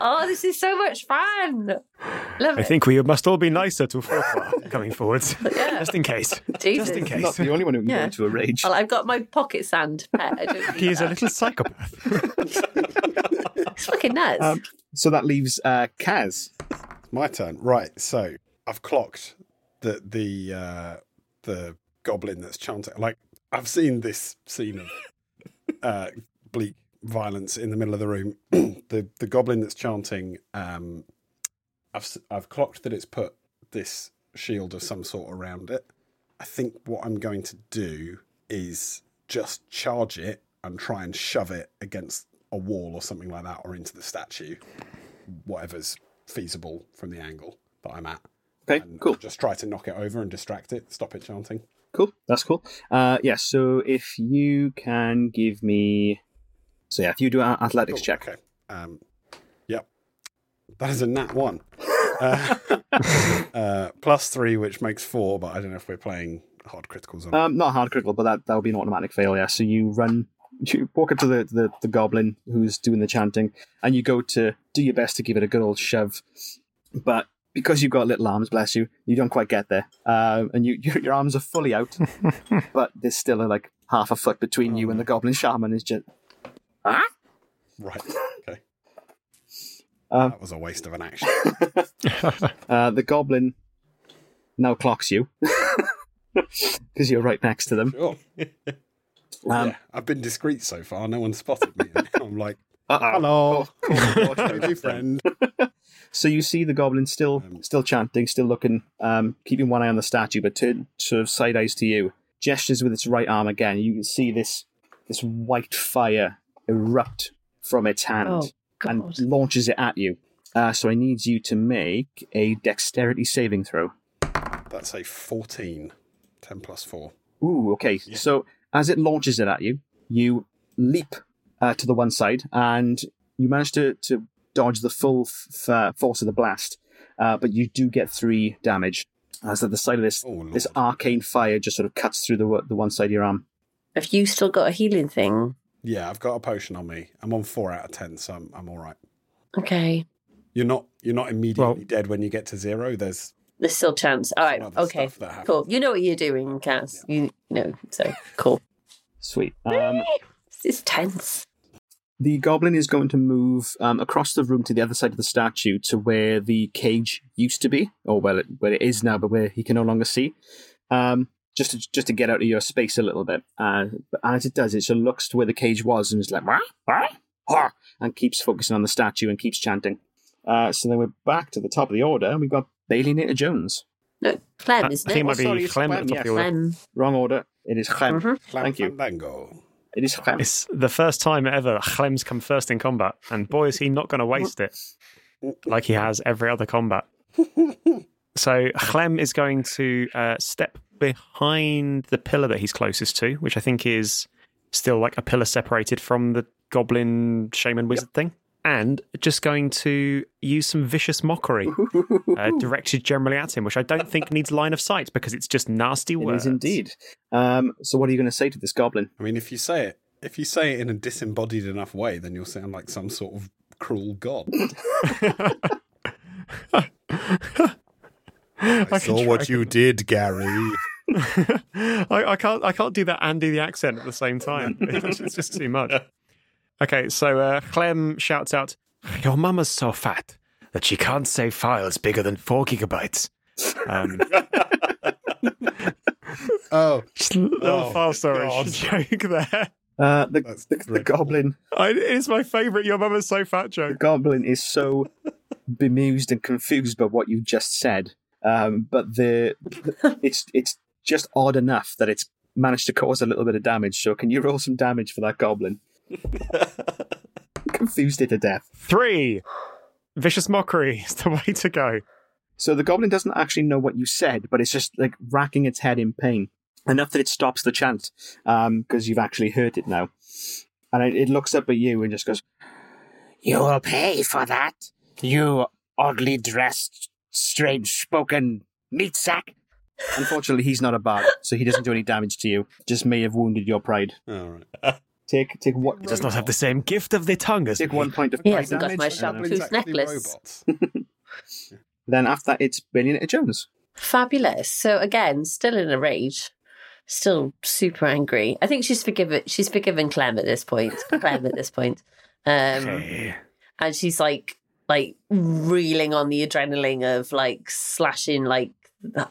C: oh, this is so much fun. Love
A: I
C: it.
A: think we must all be nicer to Forquhar coming forwards,
C: Yeah.
A: just in case.
C: Jesus.
A: Just in
B: Not
A: case.
B: the only one who can go
C: Yeah.
B: into a rage.
C: Well, I've got my pocket sand pet. I don't
A: He
C: need
A: is a
C: that.
A: little psychopath.
C: It's fucking nuts.
B: Um, So that leaves uh, Kaz.
D: My turn. Right. So I've clocked that the uh, the goblin that's chanting. Like I've seen this scene of uh, bleak violence in the middle of the room. [CLEARS THROAT] the the goblin that's chanting. Um, I've s- I've clocked that it's put this shield of some sort around it. I think what I'm going to do is just charge it and try and shove it against a wall or something like that, or into the statue, whatever's feasible from the angle that I'm at.
B: Okay,
D: And
B: cool,
D: Just try to knock it over and distract it. Stop it chanting.
B: cool. That's cool. Uh, yeah. So if you can give me, so yeah, if you do an athletics
D: Cool,
B: check,
D: Okay. Um, yep. That is a nat one. [LAUGHS] uh, uh, plus three, which makes four, but I don't know if we're playing hard criticals on
B: um, not hard critical, but that that would be an automatic fail. Yeah. So you run, you walk up to the, the the goblin who's doing the chanting, and you go to do your best to give it a good old shove, but. Because you've got little arms, bless you, you don't quite get there, um, and you, [LAUGHS] your your arms are fully out, but there's still a, like half a foot between you and the goblin shaman is just
D: Right. Okay.
B: [LAUGHS] Um,
D: that was a waste of an action.
B: Uh, the goblin now clocks you [LAUGHS] because you're right next to them.
D: Sure.
B: [LAUGHS] Um,
D: yeah, I've been discreet so far. No one spotted me. [LAUGHS] I'm like,
B: uh-oh. Oh,
D: hello, [LAUGHS]
B: Hello. [LAUGHS]
D: new friend.
B: so you see the goblin still, still chanting, still looking, um, keeping one eye on the statue, but turn sort of side eyes to you. Gestures with its right arm again. You can see this this white fire erupt from its hand
C: Oh, God.
B: and launches it at you. Uh, so I need you to make a dexterity saving throw.
D: That's a 14. 10 plus 4.
B: Ooh, okay. So as it launches it at you, you leap uh, to the one side and you manage to, to dodge the full f- uh, force of the blast, uh, but you do get three damage. As at the side of this,
D: Oh, Lord.
B: this arcane fire just sort of cuts through the wo- the one side of your arm.
C: Have you still got a healing thing?
D: Yeah, I've got a potion on me. I'm on 4 out of 10, so I'm, I'm all right.
C: Okay.
D: You're not you're not immediately
A: Well-
D: dead when you get to zero. There's
C: There's still chance. All right.
D: Some other
C: Okay.
D: stuff that happens.
C: Cool. You know what you're doing, Cass. You, you know. So cool.
B: Sweet. Um,
C: This is tense.
B: the goblin is going to move um, across the room to the other side of the statue to where the cage used to be, or well, it, where it is now, but where he can no longer see, um, just to, just to get out of your space a little bit. Uh, but as it does, it sort of looks to where the cage was and is like, "Wah, wah, wah," and keeps focusing on the statue and keeps chanting. Uh, so then we're back to the top of the order. and We've got Bailey Nater Jones.
C: No,
A: Uh, I
C: Clem,
A: think
C: isn't
A: it
C: it?
A: might
D: Oh, sorry,
A: be
D: it's
A: Clem at
D: Clem,
A: the top of
B: yes.
A: the order.
C: Clem.
B: Wrong order. It is Clem.
C: Mhm.
D: Clam
B: Thank you.
D: Fandango.
B: It is Clem.
A: It's the first time ever that Clem's come first in combat, and boy, is he not going to waste it like he has every other
B: [LAUGHS]
A: combat. So Clem is going to uh, step behind the pillar that he's closest to, which I think is still like a pillar separated from the goblin shaman wizard thing, and just going to use some vicious mockery
B: [LAUGHS]
A: uh, directed generally at him, which I don't think needs line of sight because it's just nasty
B: It
A: words.
B: is indeed. Um, so what are you going to say to this goblin?
D: I mean, if you say it, if you say it in a disembodied enough way, then you'll sound like some sort of cruel god. I,
A: can
D: saw what
A: try.
D: you did, Gary.
A: I, [LAUGHS] I can't I can't do that and do the accent at the same time. [LAUGHS] it's just too much. Okay, so uh, Clem shouts out, "Your mama's so fat that she can't save files bigger than four gigabytes."
B: [LAUGHS]
A: Um,
D: oh,
A: just a little
D: Oh,
A: file storage [LAUGHS] joke there.
B: Uh, the,
D: That's
B: the, the
D: dreadful.
B: goblin
A: I, it is my favourite. Your mama's so fat
B: the
A: joke.
B: goblin is so bemused and confused by what you just said. Um, but the, the- it's it's just odd enough that it's managed to cause a little bit of damage. So can you roll some damage for that goblin? confused it to death.
A: Three, vicious mockery [LAUGHS] is the way to go.
B: So the goblin doesn't actually know what you said, but it's just like racking its head in pain enough that it stops the chant because you've actually hurt it now, and it, it looks up at you and just goes,
F: You will pay for that, you oddly dressed, strange spoken meat sack.
B: Unfortunately, he's not a bard, so he doesn't do any damage to you. Just may have wounded your pride.
D: all right.
B: Take take what
A: Does not have the same gift of the tongue as
B: take one point of
C: He
B: pride
C: hasn't got
B: damage.
C: my
B: and
C: sharp
B: then-
C: tooth necklace.
D: Robots.
B: Then after that, it's Billionaire Jones.
C: Fabulous. So again, still in a rage, still super angry. I think she's forgiven. She's forgiven Clem at this point. Clem at this point, um,
A: Okay.
C: and she's like like reeling on the adrenaline of like slashing like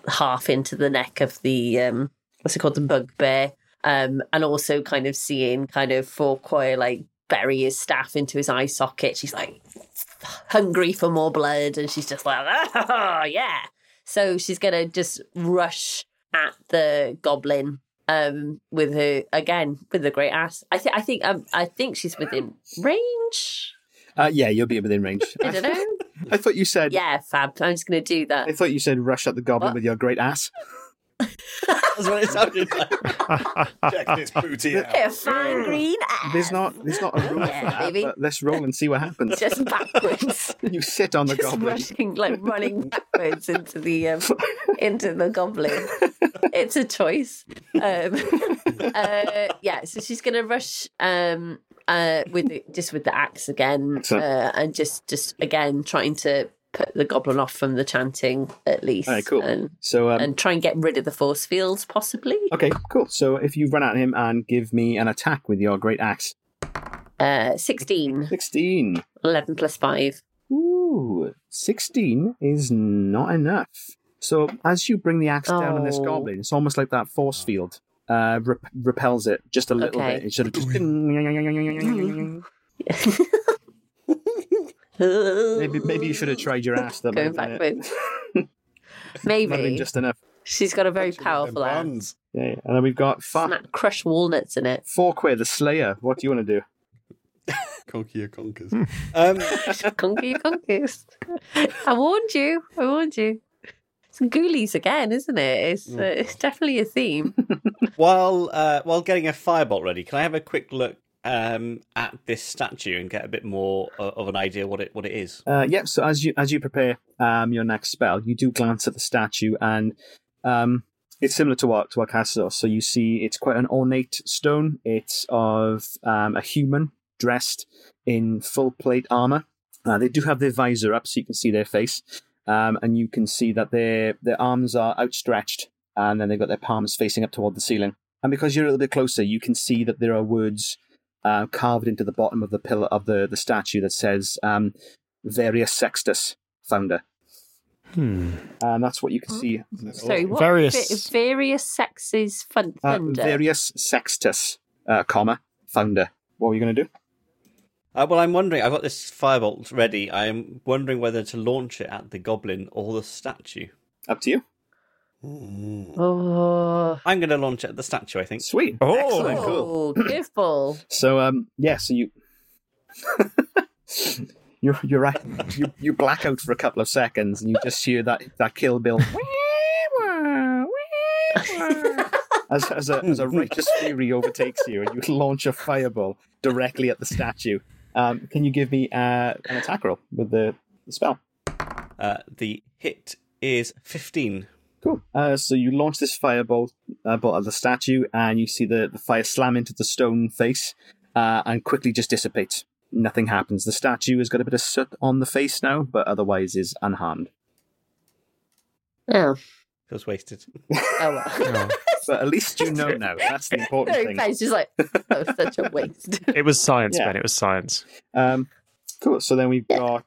C: half into the neck of the um what's it called the bugbear, um, and also kind of seeing kind of Fourcoy like bury his staff into his eye socket. She's like hungry for more blood, and she's just like, oh, yeah. So she's gonna just rush at the goblin um with her again with the great ass. I think I think um, I think she's within range.
B: Uh, yeah, you'll be within
C: [LAUGHS]
B: range.
C: I don't know.
B: I thought you said.
C: Yeah, fab. I'm just gonna do
B: I
C: that.
B: thought you said rush at the goblin
C: What?
B: with your great ass.
E: That's what it sounded like.
D: Check this booty out.
C: Yeah, fine green ass.
B: Oh. There's not there's not a rule for
C: Yeah,
B: that.
C: baby.
B: But let's roll and see what
C: [LAUGHS]
B: happens.
C: just backwards.
B: You sit on [LAUGHS] the
C: just
B: goblin.
C: rushing like running backwards into the um, into the goblin.
B: [LAUGHS]
C: It's a choice. Um, uh, yeah, so she's gonna rush um, uh, with the, just with the axe again, uh,
B: Excellent.
C: and just just again trying to put the goblin off from the chanting at least,
B: All right, cool.
C: and
B: So um,
C: and try and get rid of the force fields possibly.
B: okay, cool. So if you run at him and give me an attack with your great axe,
C: Uh, 16,
B: sixteen.
C: 11 plus five.
B: Ooh, 16 is not enough. So as you bring the axe down on this
C: Oh.
B: goblin, it's almost like that force field uh, rep- repels it just a little
C: Okay.
B: bit. It sort of just maybe
C: maybe
B: maybe you should
C: [LAUGHS]
B: have tried your ass. That
C: Going
B: might have been it. [LAUGHS]
C: backwards.
B: Might have been
C: maybe
B: just enough.
C: she's got a very
D: Check out them
C: powerful axe.
D: buns.
B: Yeah, yeah. and then we've got fa- [LAUGHS]
C: Smack, crush walnuts in it.
B: Forquay the Slayer. What do you want to do?
D: Conkier conkers.
E: Um,
C: Conky Conkus. I warned you. I warned you. It's ghoulies again, isn't it? It's,
B: Mm.
C: uh, it's definitely
B: [LAUGHS]
C: a theme.
E: while uh, while getting a firebolt ready, can I have a quick look um, at this statue and get a bit more o- of an idea what it what it is?
B: Uh, yep. so as you as you prepare um, your next spell, you do glance at the statue, and um, it's similar to what to what Cass saw. So you see, it's quite an ornate stone. It's of um, a human dressed in full plate armor. Uh, they do have their visor up, so you can see their face, um, and you can see that their their arms are outstretched, and then they've got their palms facing up toward the ceiling. And because you're a little bit closer, you can see that there are words uh, carved into the bottom of the pillar of the the statue that says. Um, Various Sextus founder.
A: Hmm.
B: And that's what you can see.
C: Sorry, what?
G: Various-
C: Va- various sexes fun-
B: Uh,
C: thunder.
B: Various Sextus, uh, comma, founder. What were you going to do?
E: Uh, well, I'm wondering. I've got this firebolt ready. I'm wondering whether to launch it at the goblin or the statue.
B: Up to you.
D: Mm.
C: oh,
E: I'm going to launch it at the statue. I think.
B: Sweet.
A: Oh.
B: Excellent. Cool.
C: oh, give
B: [LAUGHS]
C: ball.
B: So, um, yeah, so you. [LAUGHS] You're, you're right. You, you black out for a couple of seconds and you just hear that, that Kill Bill [LAUGHS] as, as, a, as a righteous fury overtakes you and you launch a fireball directly at the statue. Um, can you give me uh, an attack roll with the, the spell?
E: Uh, the hit is 15.
B: Cool. Uh, so you launch this fireball uh, bolt at the statue, and you see the, the fire slam into the stone face uh, and quickly just dissipates. Nothing happens. The statue has got a bit of soot on the face now, but otherwise is unharmed.
C: Oh,
E: Feels wasted.
C: oh well. [LAUGHS]
B: But at least you know now. That's the important
C: Sorry,
B: thing.
C: Ben's just like, that was such a
B: [LAUGHS]
C: waste.
A: It was science,
B: Yeah.
A: Ben. It was science.
B: Um, cool. So then we've
C: Yeah.
B: got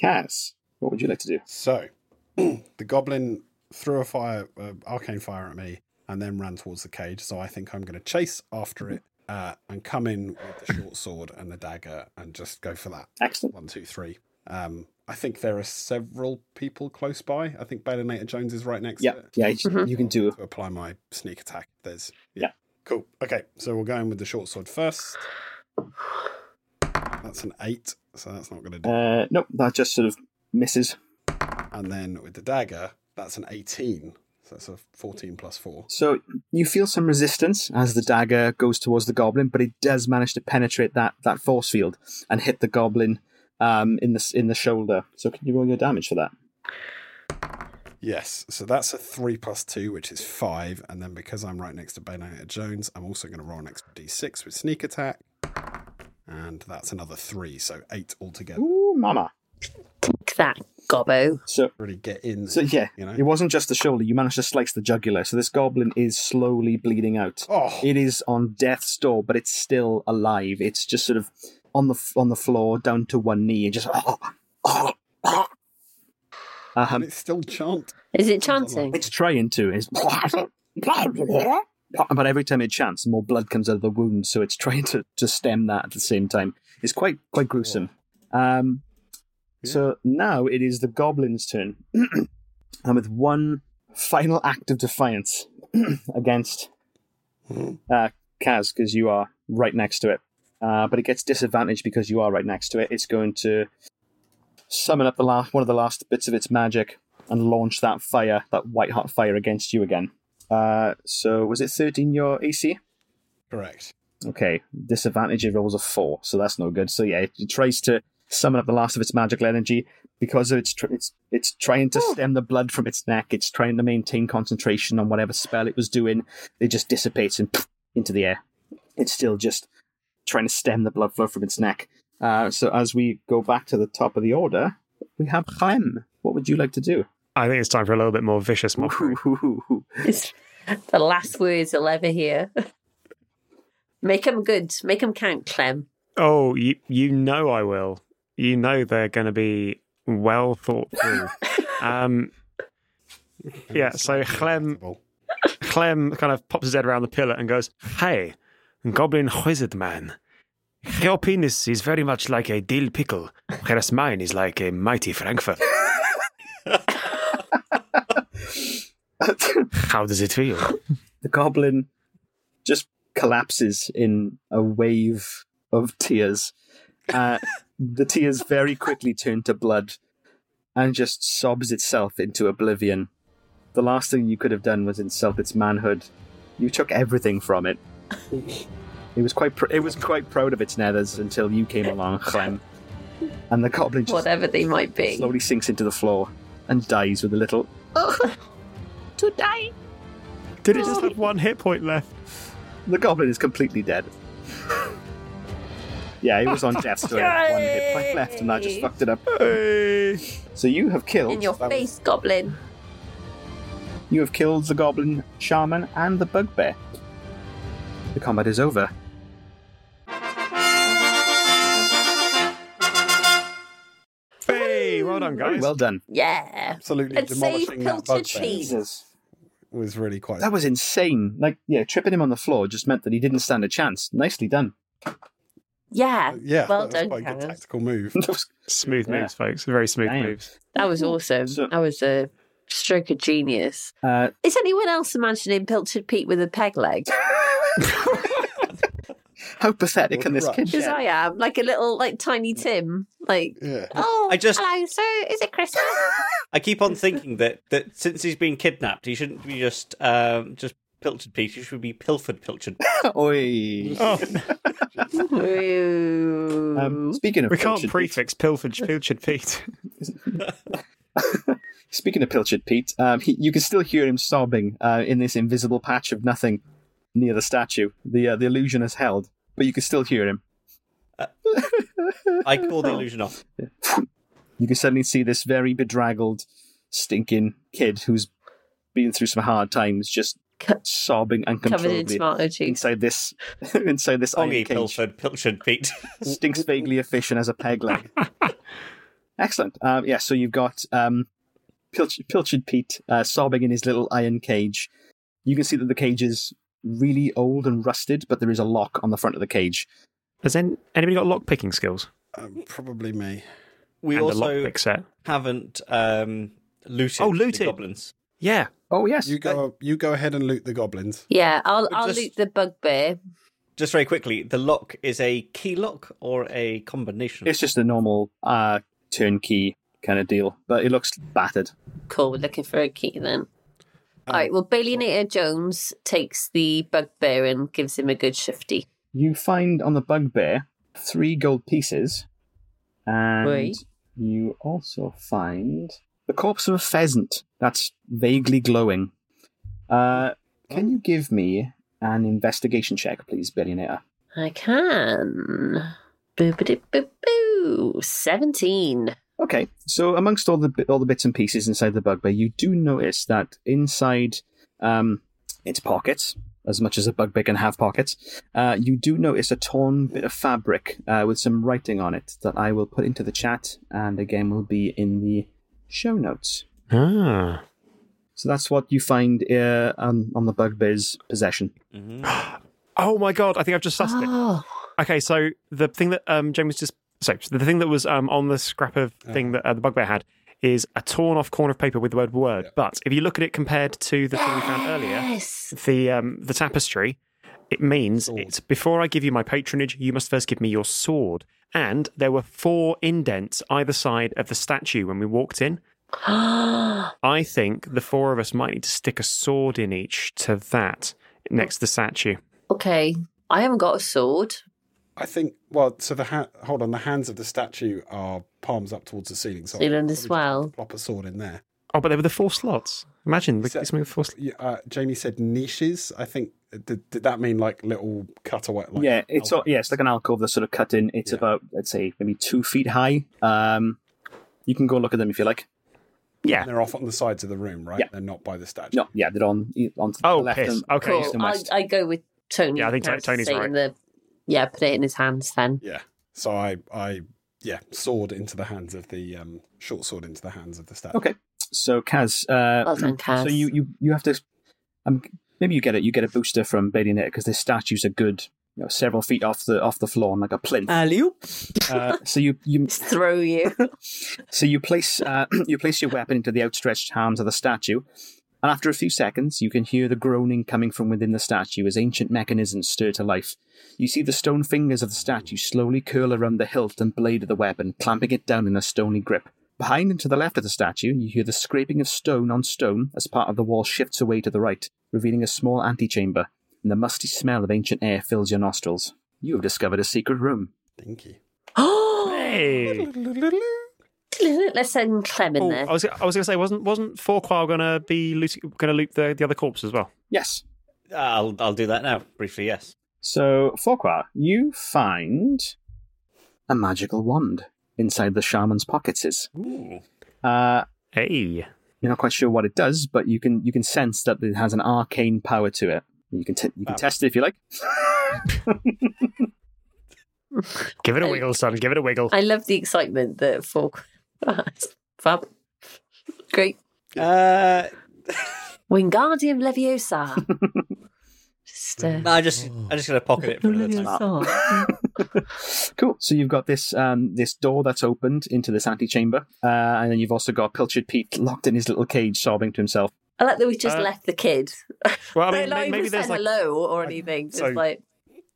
B: Kaz. What would you like to do?
D: So, [CLEARS THROAT] the goblin threw a fire, uh, arcane fire at me, and then ran towards the cage. So I think I'm going to chase after it uh, and come in with the short sword and the dagger and just go for that.
B: Excellent.
D: One, two, three. Um, I think there are several people close by. I think Bellinator Jones is right next.
B: Yeah,
D: to it.
B: yeah. You,
C: Mhm.
B: you can do.
D: to apply my sneak attack. There's
B: Yeah.
D: Cool. Okay, so we'll go in with the short sword first. That's an eight, so that's not going to do.
B: Uh, nope, that just sort of misses.
D: and then with the dagger, that's an eighteen. So that's a fourteen plus four.
B: So you feel some resistance as the dagger goes towards the goblin, but it does manage to penetrate that, that force field and hit the goblin um, in the s- in the shoulder. So can you roll your damage for that?
D: Yes. So that's a three plus two, which is five. And then because I'm right next to Benita Jones, I'm also going to roll an extra d6 with sneak attack, and that's another three, so eight altogether.
B: Ooh, mama!
C: Take that, gobbo.
B: So
D: Really get in.
B: so yeah,
D: You know?
B: it wasn't just the shoulder. You managed to slice the jugular. So this goblin is slowly bleeding out.
D: oh,
B: It is on death's door, but it's still alive. It's just sort of on the f- on the floor, down to one knee, and just. [LAUGHS] uh-huh.
D: and
B: Um,
D: it's still chant.
C: Is it chanting?
B: It's trying to. It's but every time it chants, more blood comes out of the wound. So it's trying to, to stem that at the same time. It's quite quite gruesome. Um, So now it is the goblin's turn, [CLEARS THROAT] and with one final act of defiance [CLEARS THROAT] against uh, Kaz, because you are right next to it. Uh, but it gets disadvantaged because you are right next to it. It's going to summon up the last one of the last bits of its magic and launch that fire, that white hot fire, against you again. Uh, so was it thirteen your AC?
D: Correct.
B: Okay, disadvantage. It rolls a four, so that's no good. So yeah, it, it tries to summon up the last of its magical energy because of its tr- it's it's trying to stem the blood from its neck. It's trying to maintain concentration on whatever spell it was doing. It just dissipates and into the air. It's still just trying to stem the blood flow from its neck. Uh, so as we go back to the top of the order, we have Clem. What would you like to do?
A: I think it's time for a little bit more vicious mockery.
C: It's [LAUGHS] the last words I'll ever hear. Make 'em good. Make 'em count, Clem.
A: Oh, you you know I will. You know they're going to be well thought
B: [LAUGHS]
A: through. um, yeah. So Clem
D: Well,
A: Clem kind of pops his head around the pillar and goes, "Hey, Goblin Wizard Man, your penis is very much like a dill pickle, whereas mine is like a mighty
B: [LAUGHS]
A: frankfurt. How does it feel?"
B: the goblin just collapses in a wave of tears. Uh, the tears very quickly turn to blood and just sobs itself into oblivion. The last thing you could have done was insult its manhood. You took everything from it. It was quite pr- it was quite proud of its nethers until you came along, Clem. And the goblin just
C: whatever they might be.
B: slowly sinks into the floor and dies with a little
C: To die.
A: Did it just have one hit point left?
B: The goblin is completely dead. yeah, he was on death's door. One hit point left, and I just fucked it up.
A: Hey.
B: So you have
C: In
B: killed.
C: your face, goblin.
B: You have killed the goblin shaman and the bugbear. The combat is over.
A: Hey, well done,
B: Very
A: guys.
B: well done.
C: Yeah.
D: Absolutely
C: And save
D: demolishing that
C: Pilcher
D: bugbear
C: cheese.
B: Jesus,
D: was really quite.
B: that was insane. Like, yeah, tripping him on the floor just meant that he didn't stand a chance. Nicely done. [LAUGHS]
C: Yeah.
D: yeah,
C: Well
D: that
C: done,
D: was quite a
C: Karen.
D: good tactical
B: [LAUGHS]
D: move.
B: That was-
A: Smooth
B: Yeah.
A: moves, folks. Very smooth
B: Damn.
A: moves.
C: That was awesome.
B: So-
C: that was a stroke of genius.
A: [LAUGHS]
B: uh, [LAUGHS]
C: Is anyone else imagining Pilchard Pete with a peg leg?
B: how pathetic can this kid
D: Because
B: be?
C: Because I am, like a little, like tiny Tim, like.
D: Yeah.
C: Oh,
E: I just-
C: hello. So, is it Christmas?
E: [LAUGHS] I keep on thinking that, that since he's been kidnapped, he shouldn't be just um, just pilchard Pete. He should be pilfered pilchard.
B: Oi.
A: Oh,
C: Ooh.
B: Um, speaking of
A: we can't
B: Pilchard
A: prefix pilfered, pilchard
B: [LAUGHS]
A: Pete.
B: Pete- speaking of Pilchard Pete, um, [LAUGHS] he, you can still hear him sobbing uh, in this invisible patch of nothing near the statue. The uh, the illusion has held, but you can still hear him.
E: I call the illusion off.
B: You can suddenly see this very bedraggled, stinking kid who's been through some hard times, just
C: Co-
B: sobbing
C: covered in
B: uncontrollably
C: tomato juice.
B: inside this [LAUGHS] inside this iron
E: Oggy
B: cage.
E: pilfered pilchard Pete.
B: stinks vaguely of fish and has a peg leg. Excellent. Um, yeah, so you've got um, Pilch- Pilchard Pete uh, sobbing in his little iron cage. You can see that the cage is really old and rusted, but there is a lock on the front of the cage.
A: Has an- anybody got lock picking skills?
D: Um, probably me.
E: We
A: and a
E: also
A: lockpick set.
E: haven't um, looted.
A: Oh,
E: the
A: looted.
E: goblins.
A: Yeah.
B: Oh yes,
D: You go. You go ahead and loot the goblins.
C: Yeah, I'll I'll
E: just-
C: loot the bugbear.
E: Just very quickly, the lock is a key lock or a combination.
B: it's just a normal uh, turnkey kind of deal, but it looks battered.
C: Cool. We're looking for a key then. All
D: Um,
C: right. Well, billionaire Jones takes the bugbear and gives him a good shifty.
B: You find on the bugbear three gold pieces, and
C: Right.
B: you also find the corpse of a pheasant that's vaguely glowing. Uh, can you give me an investigation check, please, billionaire?
C: I can. Boo, boo, boo, boo. Seventeen.
B: Okay, so amongst all the bi- all the bits and pieces inside the bugbear, you do notice that inside um, its pockets, as much as a bugbear can have pockets, uh, you do notice a torn bit of fabric uh, with some writing on it that I will put into the chat, and again will be in the show notes.
A: Ah.
B: So that's what you find uh, on, on the bugbear's possession.
A: Oh my god, I think I've just sussed it.
C: Oh,
A: Okay, so the thing that um, James was just so the thing that was um, on the scrap of thing that uh, the bugbear had is a torn off corner of paper with the word "word." But if you look at it compared to the thing we found earlier,
C: yes.
A: the um, the tapestry, it means it's before I give you my patronage, you must first give me your sword. And there were four indents either side of the statue when we walked in. I think the four of us might need to stick a sword in each to that next to the statue.
C: [GASPS] okay. I haven't got a sword.
D: I think. Well, so the ha- hold on. The hands of the statue are palms up towards the ceiling. So I'll
C: Ceiling as
D: probably just
C: well.
D: Plop a sword in there.
A: Oh, but there were the four slots. Imagine the,
D: So-
A: something with four slots.
D: Yeah, uh, Jamie said niches. I think uh, did, did that mean like little cutaway? Like
B: yeah, it's all, yeah, it's like an alcove that's sort of cut in. It's
D: Yeah.
B: about I'd say maybe two feet high. Um, you can go look at them if you like.
A: Yeah.
D: They're off on the sides of the room, right?
B: Yeah.
D: They're not by the statue.
B: No, yeah, they're on on to
A: Oh,
B: the left.
A: piss.
B: and-
A: Okay.
C: Cool.
B: east and
C: I,
B: west.
C: I go with Tony.
A: Yeah, I think Tony- Tony's right.
C: The, yeah, put it in his hands then.
D: Yeah. So I, I, yeah, sword into the hands of the um, short sword into the hands of the statue.
B: Okay. So Kaz, uh,
C: Well done, Kaz.
B: so you you you have to. Um, maybe you get it. You get a booster from Billionaire because their statues are good. You know, several feet off the off the floor on like a plinth. Uh, so you you
C: Just throw you.
A: [LAUGHS]
C: [GASPS]
B: [CLEARS THROAT] So you place uh, you place your weapon into the outstretched arms of the statue, And after a few seconds, you can hear the groaning coming from within the statue as ancient mechanisms stir to life. You see the stone fingers of the statue slowly curl around the hilt and blade of the weapon, clamping it down in a stony grip. Behind and to the left of the statue, you hear the scraping of stone on stone as part of the wall shifts away to the right, revealing a small antechamber, and the musty smell of ancient air fills your nostrils. You have discovered a secret room.
D: Dinky.
A: Hey,
C: Let's send Clem in
A: Oh,
C: there.
A: I was I was going to say wasn't wasn't Fourquile going to be going to loot the, the other corpse as well?
B: Yes.
E: I'll I'll do that now briefly. Yes.
B: So, Forquhar, you find a magical wand inside the shaman's pockets.
E: Ooh.
B: Uh,
A: Hey,
B: you're not quite sure what it does, but you can you can sense that it has an arcane power to it. You can t- you can
E: Wow.
B: test it if you like.
A: give it a wiggle, son. Give it a wiggle.
C: I love the excitement that [LAUGHS] for Fab. Great.
E: Uh,
C: Wingardium Leviosa. Just, uh,
E: I just I'm just gonna pocket it for another [LAUGHS] time.
C: Leviosa.
B: cool. So you've got this um, this door that's opened into this antechamber, uh, and then you've also got Pilchard Pete locked in his little cage, sobbing to himself.
C: I like that we just
A: Uh,
C: left the kid.
A: Well, I
C: They
A: mean,
C: not
A: may-
C: even
A: maybe there's
C: said
A: like
C: hello or
D: I-
C: anything. Just
D: so-
C: like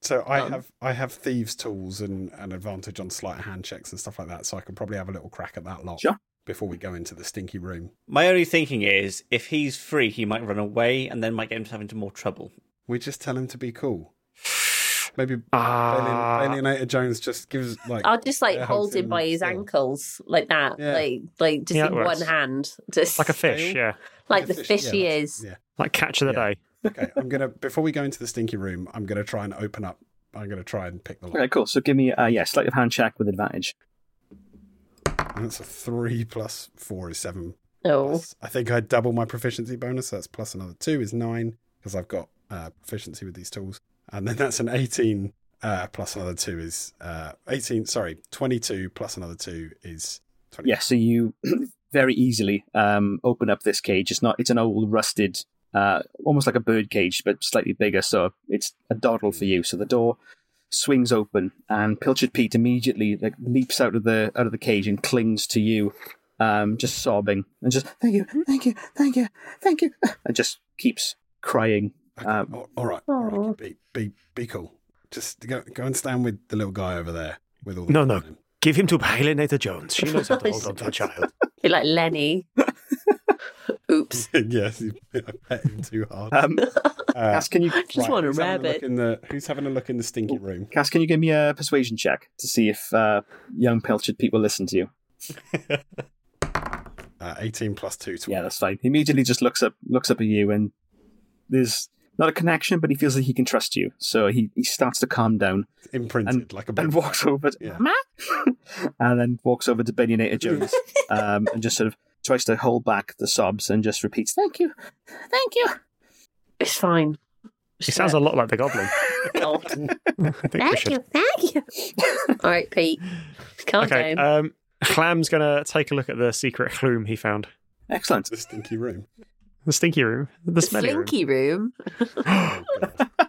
D: So I
C: Um,
D: have I have thieves' tools and an advantage on slight hand checks and stuff like that. So I can probably have a little crack at that lot
B: Sure.
D: before we go into the stinky room,
E: My only thinking is if he's free, he might run away and then might get himself into more trouble.
D: we just tell him to be cool. Maybe
A: ah.
D: Alien, Alienator Jones just gives like
C: I'll just like
D: Yeah,
C: hold
D: holds
C: him
D: him
C: by his
D: still.
C: ankles like that,
D: Yeah.
C: like like just
A: Yeah,
C: in
A: that works.
C: one hand, just
A: like a fish, yeah,
C: like the fish
D: yeah,
C: he
D: that's-
C: is.
D: Yeah.
A: like catch of the
D: Yeah.
A: day.
D: Okay. I'm gonna [LAUGHS] before we go into the stinky room, I'm gonna try and open up. I'm gonna try and pick the lock.
B: Okay, cool. So give me a yeah, sleight of hand check with advantage.
D: And that's a three plus four is seven.
C: Oh,
D: Plus, I think I double my proficiency bonus. So that's plus another two is nine because I've got uh, proficiency with these tools. And then that's an 18 uh, plus another two is uh, 18. Sorry, 22 plus another two is 20.
B: Yeah, so you [CLEARS THROAT] very easily um, open up this cage. It's not it's an old rusted, uh, almost like a bird cage, but slightly bigger. So it's a doddle for you. So the door swings open, and Pilchard Pete immediately like leaps out of the out of the cage and clings to you, um, just sobbing and just thank you, thank you, thank you, thank you, [LAUGHS] and just keeps crying.
D: Okay,
B: Um,
D: all- all right. All
C: Aw.
D: right be, be, be cool. Just go, go and stand with the little guy over there with all the
A: No, no. Give him to Alienator Jones. She knows how [LAUGHS] to hold on to a child.
C: be like Lenny. Oops,
D: [LAUGHS] yes, you- [LAUGHS] I pet him too hard.
B: Um,
D: Uh,
B: Cass, can you
C: just want a
D: who's having look
C: rabbit.
D: in the, who's having a look in the stinky room?
B: Cass, can you give me a persuasion check to see if uh, young Pilchard Pete will listen to you?
D: Uh, 18 plus 2. 12.
B: Yeah, that's fine. He immediately just looks up looks up at you and there's not a connection, but he feels like he can trust you. So he, he starts to calm down
D: imprinted like a
B: and [LAUGHS]
D: big-
B: walks over to
D: Yeah.
B: Mama? [LAUGHS] and then walks over to Benionator Jones um, and just sort of tries to hold back the sobs and just repeats, Thank you. Thank you.
C: It's fine.
A: She sounds a lot like the goblin.
C: Oh,
A: I think we
C: thank
A: should.
C: you, thank you. [LAUGHS] All right, Pete, calm
A: Okay,
C: down.
A: um, Clam's going to take a look at the secret room he found.
B: Excellent.
D: the
B: [GASPS]
D: stinky room.
A: The stinky room. The
C: the
A: smelly room.
C: slinky room.
D: Oh, God.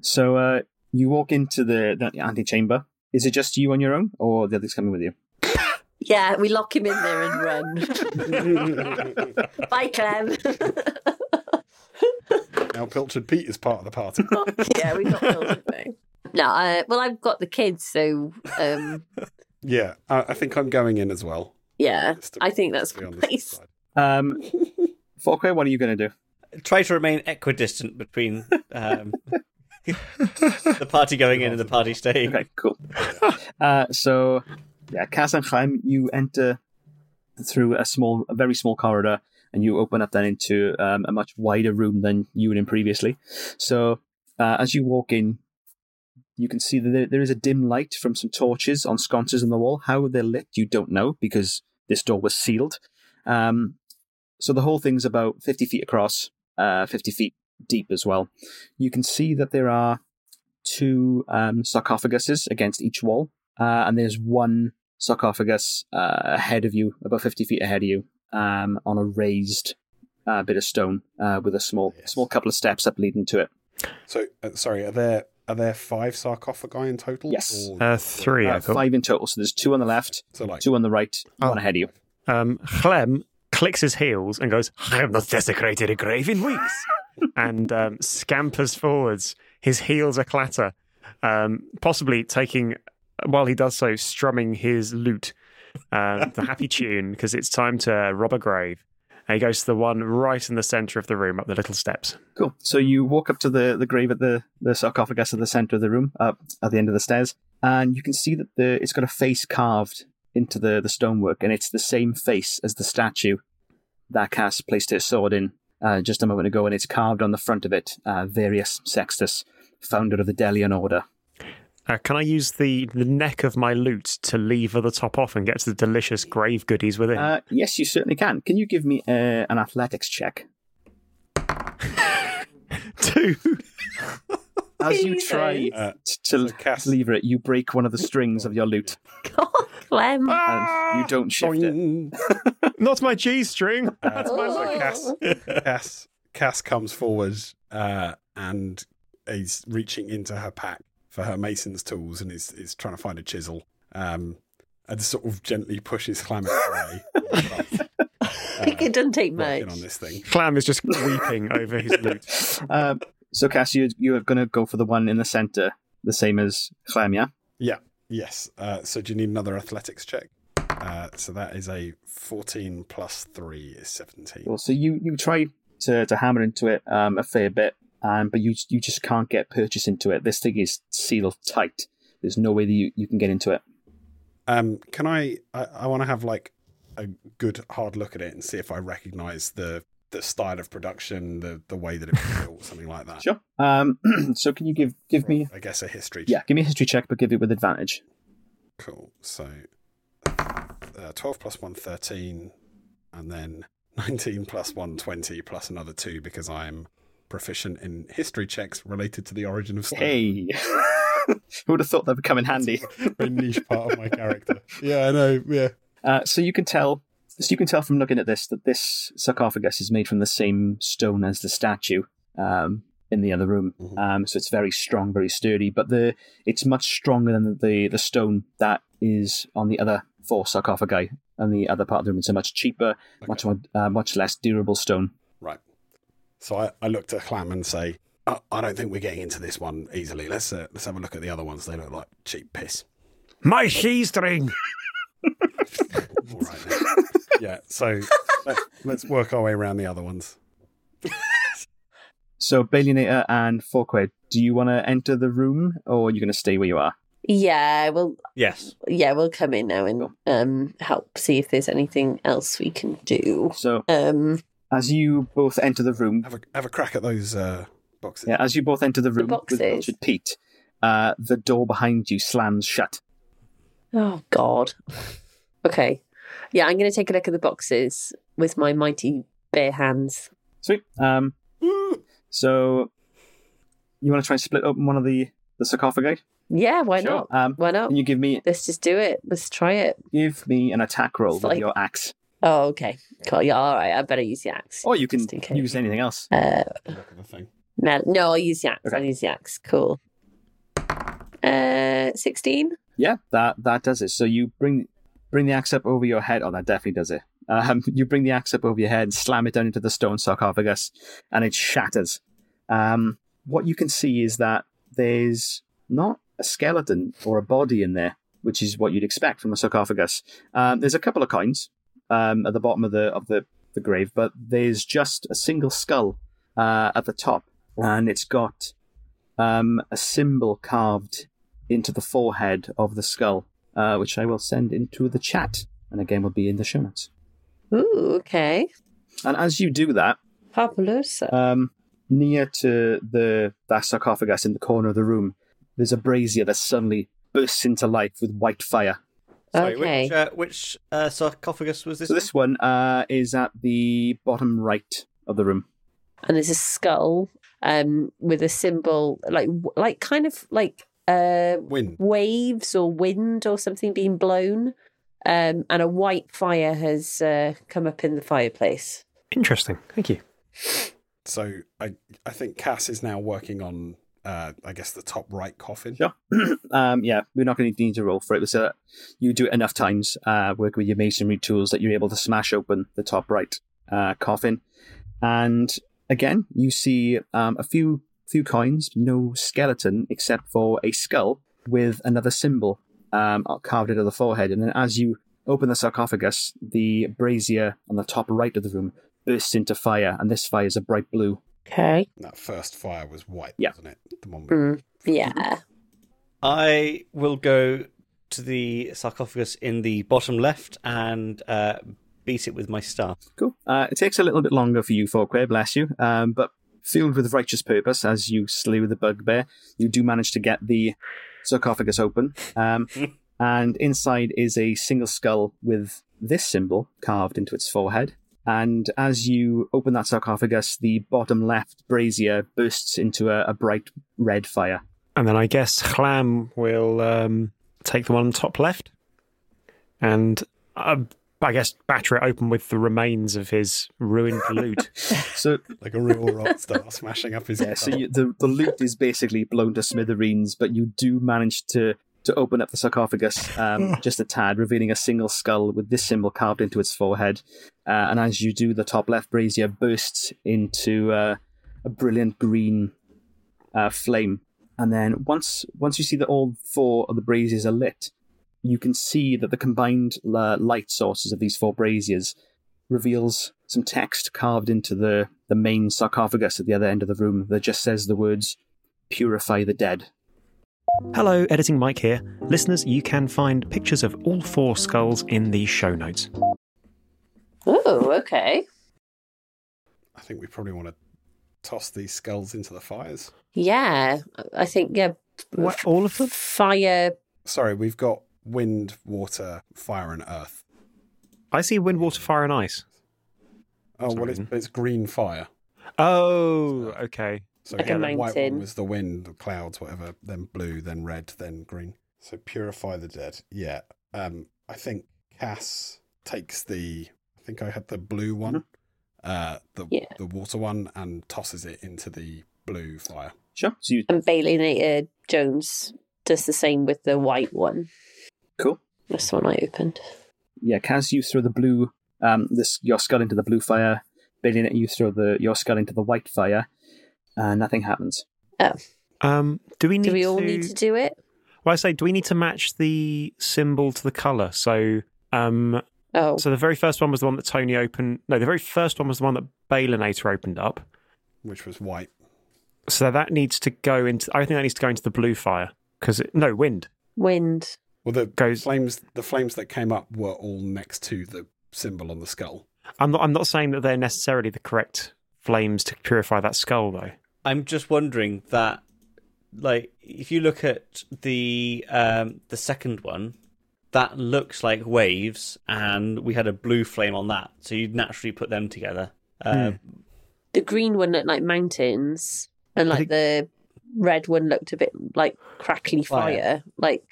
B: So uh, you walk into the, the antechamber. Is it just you on your own or the others coming with you?
C: Yeah, we lock him in there and run. Bye, Clem.
D: now Pilchard Pete is part of the party.
C: [LAUGHS] yeah, we got killed, didn't we? No, uh, well, I've got the kids, so um,
D: Yeah, I, I think I'm going in as well.
C: yeah,
D: just to
C: I think that's
D: be on the safe
C: nice.
D: side.
B: Um, Forquay, what are you going to do?
E: Try to remain equidistant between um, the party going in and the party staying.
B: Okay, cool. [LAUGHS] uh, so, yeah, Kasenheim, you enter through a small, a very small corridor, and you open up then into um, a much wider room than you were in previously. So, uh, as you walk in, you can see that there, there is a dim light from some torches on sconces on the wall. How they're lit, you don't know because this door was sealed. Um, so the whole thing's about 50 feet across, uh, 50 feet deep as well. You can see that there are two um, sarcophaguses against each wall, uh, and there's one sarcophagus uh, ahead of you, about 50 feet ahead of you, um, on a raised uh, bit of stone uh, with a small,
D: Yes.
B: small couple of steps up leading to it.
D: So, uh, sorry, are there are there five sarcophagi in total?
B: Yes.
A: [LAUGHS]
D: Or-
A: Uh, three,
B: Uh,
A: I thought.
B: five in total. So there's two on the left,
D: So like
B: two on the right,
D: Oh.
B: one ahead of you.
A: Um, Clem clicks his heels and goes, I have not desecrated a grave in weeks, and um, scampers forwards. His heels a clatter, um, possibly taking, while he does so, strumming his lute, uh, the happy tune, because it's time to rob a grave. And he goes to the one right in the center of the room up the little steps.
B: Cool. So you walk up to the, the grave at the, the sarcophagus at the center of the room, up at the end of the stairs, and you can see that the it's got a face carved into the, the stonework, and it's the same face as the statue that Cass placed his sword in uh, just a moment ago, and it's carved on the front of it, uh, Varius Sextus, founder of the Delian Order.
A: Uh, can I use the, the neck of my lute to lever the top off and get to the delicious grave goodies within?
B: Uh, yes, you certainly can. Can you give me uh, an athletics check?
A: Two. [LAUGHS]
B: As you try
D: Uh,
B: t- to
D: so Cass-
B: lever it, you break one of the strings of your lute,
C: God, Clem.
B: and you don't shift it.
D: Boing.
A: Not my G string. [LAUGHS] That's my
C: Oh.
A: luck.
D: Cass,
C: [LAUGHS]
D: Cass, Cass comes forward uh, and is reaching into her pack for her mason's tools and is, is trying to find a chisel. Um, and sort of gently pushes Clammy
C: [LAUGHS]
D: away.
C: it doesn't take much.
D: working on this thing.
A: Clam is just weeping over his lute.
B: Um, so, Cass, you, you are going to go for the one in the center, the same as Clem, yeah?
D: Yes. Uh, so do you need another athletics check? Uh, so that is a 14 plus 3 is 17.
B: Well, so you, you try to, to hammer into it um, a fair bit, um, but you you just can't get purchase into it. This thing is sealed tight. There's no way that you, you can get into it.
D: Um, can I? I, I want to have like a good hard look at it and see if I recognize the the style of production, the the way that it was built, something like that.
B: Sure. Um, [CLEARS THROAT] so, can you give give me
D: I guess a history.
B: yeah
D: check.
B: give me a history check, but give it with advantage.
D: Cool. So uh, 12 plus 1, 13, and then [LAUGHS] 19 plus 1, 20, plus another 2 because I'm proficient in history checks related to the origin of stone.
B: Hey, [LAUGHS] who would have thought that would come in handy?
D: Very niche part of my character. Yeah, I know. Yeah.
B: Uh, so you can tell, so you can tell from looking at this that this sarcophagus is made from the same stone as the statue um, in the other room.
D: Mhm.
B: Um, so it's very strong, very sturdy, but the it's much stronger than the the stone that is on the other four sarcophagi and the other part of the room. It's a much cheaper, much more, uh, much less durable stone.
D: Right. So I, I look to Clam and say, I, I don't think we're getting into this one easily. Let's uh, let's have a look at the other ones. They look like cheap piss.
A: [LAUGHS]
D: [LAUGHS]
A: My G string.
D: All right. Then. yeah. So let, let's work our way around the other ones.
B: So Balionator and Forquid, do you want to enter the room or are you going to stay where you are?
C: Yeah, well,
E: Yes.
C: yeah, we'll come in now and um, help see if there's anything else we can do.
B: So
C: Um,
B: as you both enter the room,
D: Have a have a crack at those uh, boxes.
B: Yeah, as you both enter the room
C: boxes.
B: with Richard Pete, uh, the door behind you slams shut.
C: oh God. Okay. Yeah, I'm going to take a look at the boxes with my mighty bare hands.
B: Sweet. Um,
C: Mm.
B: so you want to try and split open one of the the sarcophagi?
C: Yeah, why
B: Sure.
C: not?
B: Um,
C: Why not?
B: Can you give me
C: Let's just do it. Let's try it.
B: give me an attack roll
C: Like-
B: with your axe,
C: Oh, okay. Cool. Yeah, all right. I better use the axe.
B: or you can
C: Just in case.
B: use anything else?
C: Uh,
D: Look at the thing.
C: no, no, I'll use the axe.
B: Okay.
C: I'll use the axe. Cool. Uh, 16?
B: Yeah, that that does it. So you bring bring the axe up over your head. Oh, that definitely does it. Um, [LAUGHS] you bring the axe up over your head, slam it down into the stone sarcophagus, and it shatters. Um, what you can see is that there's not a skeleton or a body in there, which is what you'd expect from a sarcophagus. Um, there's a couple of coins um, at the bottom of the of the, the grave, but there's just a single skull uh, at the top, and it's got um, a symbol carved into the forehead of the skull, uh, which I will send into the chat, and again will be in the show notes.
C: Ooh, okay.
B: And as you do that,
C: Fabulosa.
B: um, near to the that sarcophagus in the corner of the room, there's a brazier that suddenly bursts into life with white fire.
E: Sorry,
C: Okay.
E: which uh, which uh, sarcophagus was this?
B: So this one uh, is at the bottom right of the room.
C: and there's a skull um with a symbol like like kind of like uh
D: Win.
C: waves or wind or something being blown um and a white fire has uh, come up in the fireplace
A: Interesting. Thank you.
D: So I I think Cass is now working on uh, I guess, the top right coffin.
B: Sure. [CLEARS THROAT] um, yeah, we're not going to need to roll for it. So you do it enough times, uh, work with your masonry tools, that you're able to smash open the top right uh, coffin. And again, you see um, a few few coins, no skeleton except for a skull with another symbol um, carved into the forehead. And then as you open the sarcophagus, the brazier on the top right of the room bursts into fire, and this fire is a bright blue.
C: Okay.
D: That first fire was white,
B: Yeah.
D: wasn't it? The one
C: Mm. Yeah.
E: I will go to the sarcophagus in the bottom left and uh, beat it with my staff.
B: Cool. Uh, it takes a little bit longer for you, Forquay, bless you. Um, but filled with righteous purpose, as you slew the bugbear, you do manage to get the sarcophagus open. Um, and inside is a single skull with this symbol carved into its forehead. And as you open that sarcophagus, the bottom left brazier bursts into a, a bright red fire.
A: And then I guess Chlam will um, take the one on top left and uh, I guess batter it open with the remains of his ruined loot.
B: So
D: like a real rock star [LAUGHS] smashing up his
B: Yeah,
D: head.
B: so you, the the loot is basically blown to smithereens, but you do manage to to open up the sarcophagus um, just a tad, revealing a single skull with this symbol carved into its forehead. Uh, and as you do, the top left brazier bursts into uh, a brilliant green uh, flame. And then once once you see that all four of the braziers are lit, you can see that the combined uh, light sources of these four braziers reveals some text carved into the, the main sarcophagus at the other end of the room that just says the words purify the dead
A: [LAUGHS] Hello, Editing Mike here. Listeners, you can find pictures of all four skulls in the show notes.
C: Oh, okay.
D: I think we probably want to toss these skulls into the fires.
C: Yeah. I think, yeah.
A: What, all of them?
C: Fire.
D: Sorry, we've got wind, water, fire, and earth.
A: I see wind, water, fire, and ice.
D: Oh, well, it's,
A: Sorry.
D: it's green fire.
A: Oh, okay.
D: So
C: Like
A: a
D: the white one
C: mountain.
D: was the wind, the clouds, whatever. Then blue, then red, then green. So purify the dead. Yeah. Um, I think Cass takes the. I think I had the blue one, uh, the
C: Yeah.
D: the water one, and tosses it into the blue fire.
B: sure so you
C: And Balinator Jones does the same with the white one.
B: cool
C: That's the one I opened.
B: yeah kaz you throw the blue um this your skull into the blue fire billion you throw the your skull into the white fire and nothing happens
A: Um, do we need
C: Do we
A: to...
C: all need to do it?
A: Well, I say, do we need to match the symbol to the color? So, um,
C: Oh,
A: so the very first one was the one that Tony opened. No, the very first one was the one that Balinator opened up.
D: which was white.
A: So that needs to go into. I think that needs to go into the blue fire because no wind.
C: wind.
D: Well, the
A: Goes-
D: flames. The flames that came up were all next to the symbol on the skull.
A: I'm not. I'm not saying that they're necessarily the correct flames to purify that skull, though.
E: I'm just wondering that, like, if you look at the um, the second one, that looks like waves, and we had a blue flame on that, so you'd naturally put them together. Uh,
C: The green one looked like mountains, and like
A: think-
C: the red one looked a bit like crackly fire.
E: Fire.
C: Like,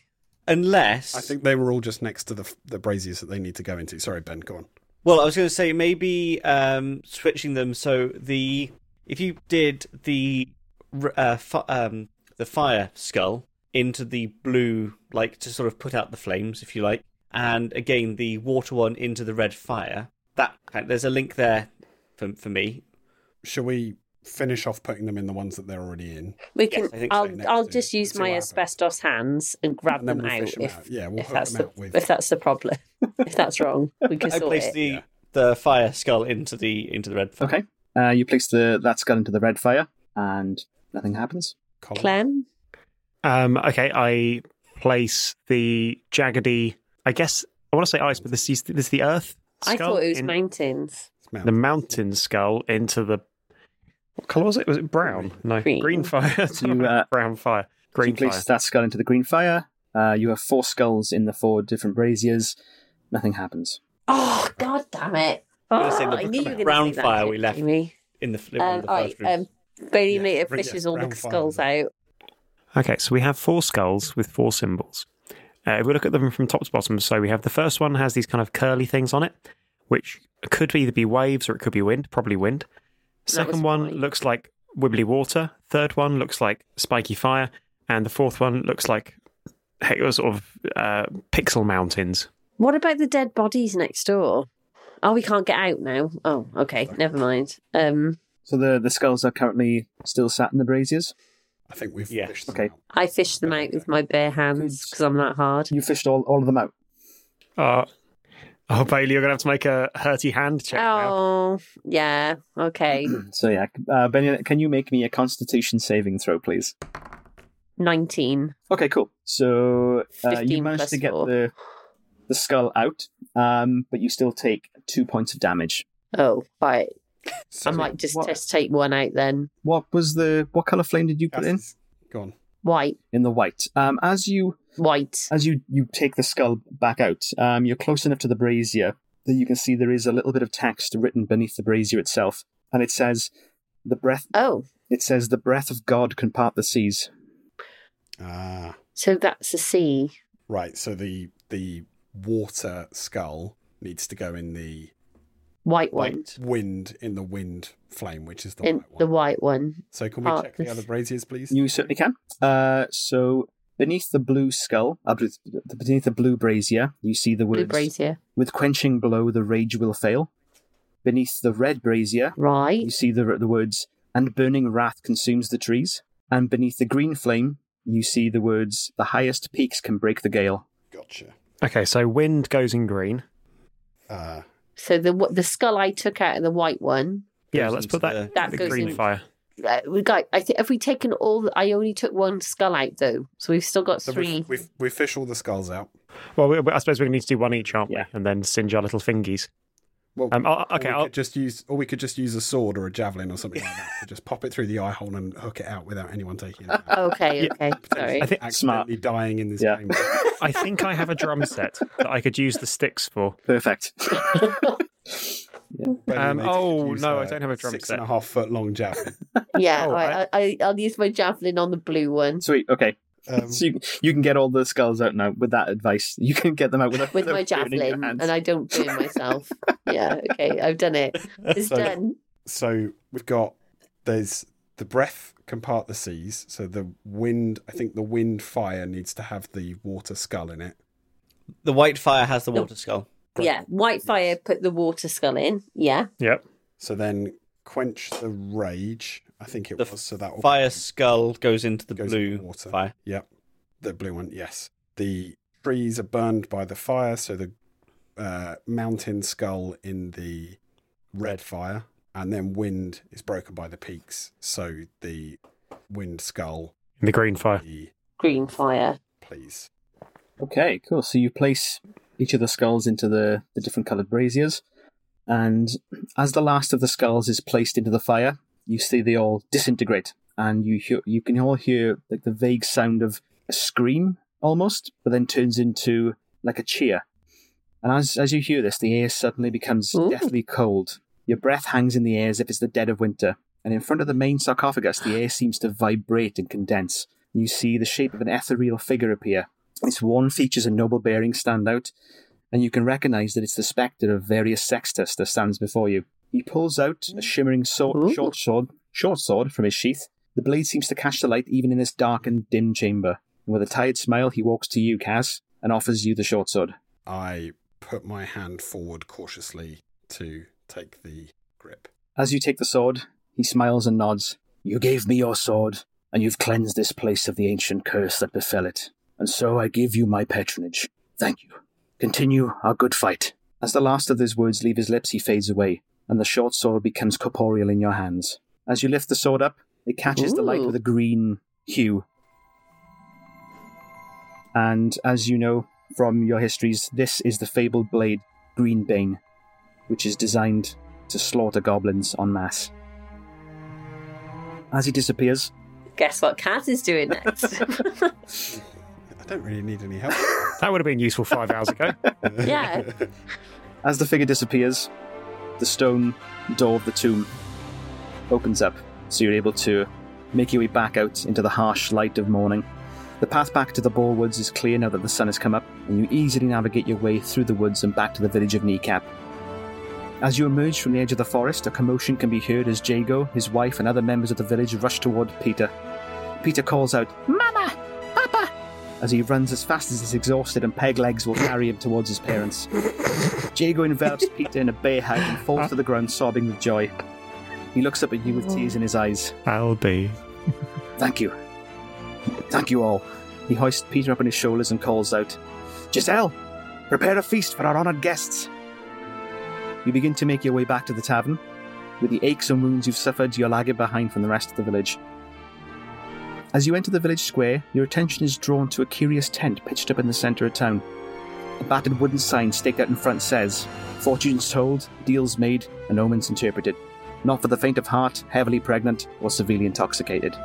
E: Unless
D: I think they were all just next to the the braziers that they need to go into. Sorry, Ben, go on.
E: Well, I was going to say maybe um, switching them so the if you did the r- uh, fi um, the fire skull into the blue, like to sort of put out the flames, if you like, and again the water one into the red fire. That there's a link there for for me.
D: Shall we finish off putting them in the ones that they're already in?
C: we can.
E: I think so,
C: I'll
D: next
C: I'll
D: to-
C: just use
D: see what
C: my
D: happens.
C: asbestos hands and grab
D: And then
C: them,
D: we'll
C: out,
D: fish 'em
C: if,
D: out. Yeah, we'll
C: if
D: hook
C: that's
D: them
C: the
D: out with-
C: if that's the problem. if that's wrong, we can
E: I
C: sort
E: placed
C: it.
E: the the fire skull into the into the red fire.
B: okay uh, you place the that skull into the red fire and nothing happens
D: Colin?
C: Clem,
A: Um, okay, I place the jaggedy. I guess I want to say ice, but this is this is the earth.
C: I
A: skull
C: thought it was
A: in-
C: mountains.
D: It's Mount.
A: the mountain skull into the. What color was it? Was it brown? No,
C: Green.
A: fire. [LAUGHS]
B: You, uh,
A: brown fire.
B: So you
A: Green
B: place
A: fire.
B: that skull into the green fire uh, you have four skulls in the four different braziers nothing happens
C: Oh God, damn it!
E: gonna say
C: Ah,
E: the
C: I knew you were gonna
E: brown
C: say that,
E: fire we left.
C: Jamie.
E: In the, in one of
C: Um,
E: the
C: I,
E: first
C: um,
E: rooms.
C: Bailey
D: Yeah,
C: Native
D: bring- yeah,
C: fishes all
D: brown
C: the
D: fire
C: skulls
D: then.
C: out.
A: Okay, so we have four skulls with four symbols. Uh, if we look at them from top to bottom, so we have the first one has these kind of curly things on it, which could either be waves or it could be wind, probably wind.
C: was
A: Second one
C: mine.
A: looks like wibbly water. Third one looks like spiky fire, and the fourth one looks like heck, it was sort of uh, pixel mountains.
C: What about the dead bodies next door? Oh, we can't get out now. Oh, okay, never mind. Um,
B: So the the skulls are currently still sat in the braziers.
D: I think we've
E: Yeah.
D: fished them
B: Okay.
D: out.
C: I fished them out with my bare hands because I'm that hard.
B: You fished all, all of them out.
A: Uh, oh, Bailey, you're going to have to make a hurty hand check now.
C: Oh, yeah, okay,
B: So yeah, uh, Benny, can you make me a Constitution saving throw, please?
C: nineteen.
B: Okay, cool. So uh,
C: 15
B: you managed
C: plus
B: to get
C: four.
B: the the skull out, um, but you still take two points of damage.
C: Oh, right.
D: So
C: I might just
B: what-
C: test take one out then.
B: What was the what color flame did you put in?
D: Cassie's gone.
C: White,
B: In the white. Um, as you
C: white.
B: as you you take the skull back out, um, you're close enough to the brazier that you can see there is a little bit of text written beneath the brazier itself, and it says the breath.
C: Oh,
B: It says the breath of God can part the seas.
D: Ah,
C: so that's a C.
D: right. So the the water skull needs to go in the
C: White
D: like,
C: one.
D: wind in the wind flame, which is the
C: In
D: white one.
C: the white one.
D: so can we
C: part
D: check the
C: is-
D: other braziers, please?
B: You certainly can. Uh, so beneath the blue skull, uh, beneath- beneath the blue brazier, you see the
C: Blue
B: words
C: brazier.
B: "With quenching blow, the rage will fail." Beneath the red brazier,
C: Right.
B: you see the the words "And burning wrath consumes the trees." And beneath the green flame, you see the words "The highest peaks can break the gale."
D: Gotcha.
A: Okay, so wind goes in green.
D: Uh,
C: So the wh- the skull I took out of the white one.
A: Yeah,
E: Goes
A: let's
E: into
A: put that,
E: the-
C: That
A: the
C: goes
A: green
C: in-
A: fire.
C: Uh, we got. I think have we taken all? The, I only took one skull out though, so we've still got
D: so
C: three.
D: [LAUGHS] we we we fish all the skulls out.
A: Well, we, I suppose we need to do one each, aren't
B: Yeah.
A: we? And then singe our little fingies.
D: Well,
A: Um, I'll,
D: or
A: okay,
D: we
A: I'll,
D: could just use, or we could just use a sword or a javelin or something like that. to just pop it through the eye hole and hook it out without anyone
A: [LAUGHS]
D: taking it. Out.
C: Okay. Okay. Sorry.
A: I think-
D: accidentally dying in this
B: Yeah.
D: game.
A: [LAUGHS] I think I have a drum set that I could use the sticks for.
C: [LAUGHS]
B: Perfect.
D: Whether
A: Um,
D: they did
A: oh,
D: use,
A: no, I
D: uh,
A: don't have a drum
D: six
A: set.
D: and a half foot
A: [LAUGHS]
D: long javelin.
C: Yeah.
A: Oh,
C: all right. I, I, I'll use my javelin on the blue one
B: Sweet. Okay.
D: Um,
B: so you, you can get all the skulls out now with that advice. You can get them out without
C: with my
B: without burning your
C: javelin,
B: hands.
C: and I don't burn myself. yeah. Okay. I've done it.
E: [LAUGHS]
C: It's
D: So-
C: done.
D: so we've got there's the breath can part the seas. So the wind, I think the wind fire needs to have the water skull in it.
E: The white fire has the water skull.
C: Yeah. White fire. Put the water skull in. Yeah.
A: Yep.
D: So then quench the rage. I think it
E: The
D: was. So that will
E: Fire skull goes into the
D: Goes in
E: blue
D: the water.
E: fire.
D: Yep. The blue one, yes. The trees are burned by the fire, so the uh, mountain skull in the red fire, and then wind is broken by the peaks, so the wind skull,
A: In the green fire.
D: the
C: Green fire.
D: please.
B: Okay, cool. So you place each of the skulls into the, the different coloured braziers, and as the last of the skulls is placed into the fire, you see they all disintegrate, and you hear, you can all hear like the vague sound of a scream almost, but then turns into like a cheer. And as as you hear this, the air suddenly becomes
C: Ooh.
B: deathly cold. Your breath hangs in the air as if it's the dead of winter, and in front of the main sarcophagus, the air seems to vibrate and condense. You see the shape of an ethereal figure appear. Its worn features and noble bearing stand out, and you can recognize that it's the spectre of Various Sextus that stands before you. He pulls out a shimmering sword,
C: Ooh.
B: short sword, short sword from his sheath. The blade seems to catch the light even in this dark and dim chamber. And with a tired smile, he walks to you, Kaz, and offers you the short sword.
D: I put my hand forward cautiously to take the grip.
B: As you take the sword, he smiles and nods. You gave me your sword, and you've cleansed this place of the ancient curse that befell it. And so I give you my patronage. Thank you. Continue our good fight. As the last of those words leave his lips, he fades away, and the short sword becomes corporeal in your hands. As you lift the sword up, it catches the light
C: Ooh.
B: with a green hue. And as you know from your histories, this is the fabled blade Greenbane, which is designed to slaughter goblins en masse. As he disappears,
C: Guess what? Kaz is doing next.
D: I don't really need any help.
A: That would have been useful five hours ago.
C: yeah.
B: As the figure disappears, the stone door of the tomb opens up, so you're able to make your way back out into the harsh light of morning. The path back to the Boar Woods is clear now that the sun has come up, and you easily navigate your way through the woods and back to the village of Kneecap. As you emerge from the edge of the forest, a commotion can be heard as Jago, his wife, and other members of the village rush toward Peter. Peter calls out, Mama! Papa! As he runs as fast as he's exhausted and peg legs will carry him towards his parents. Jago envelops Peter in a bear hug and falls to the ground sobbing with joy. He looks up at you with tears in his eyes.
G: I'll be.
B: Thank you. Thank you all. He hoists Peter up on his shoulders and calls out, Giselle, prepare a feast for our honoured guests. You begin to make your way back to the tavern. With the aches and wounds you've suffered, you're lagging behind from the rest of the village. As you enter the village square, your attention is drawn to a curious tent pitched up in the centre of town. A battered wooden sign staked out in front says, Fortunes told, deals made, and omens interpreted. Not for the faint of heart, heavily pregnant, or severely intoxicated.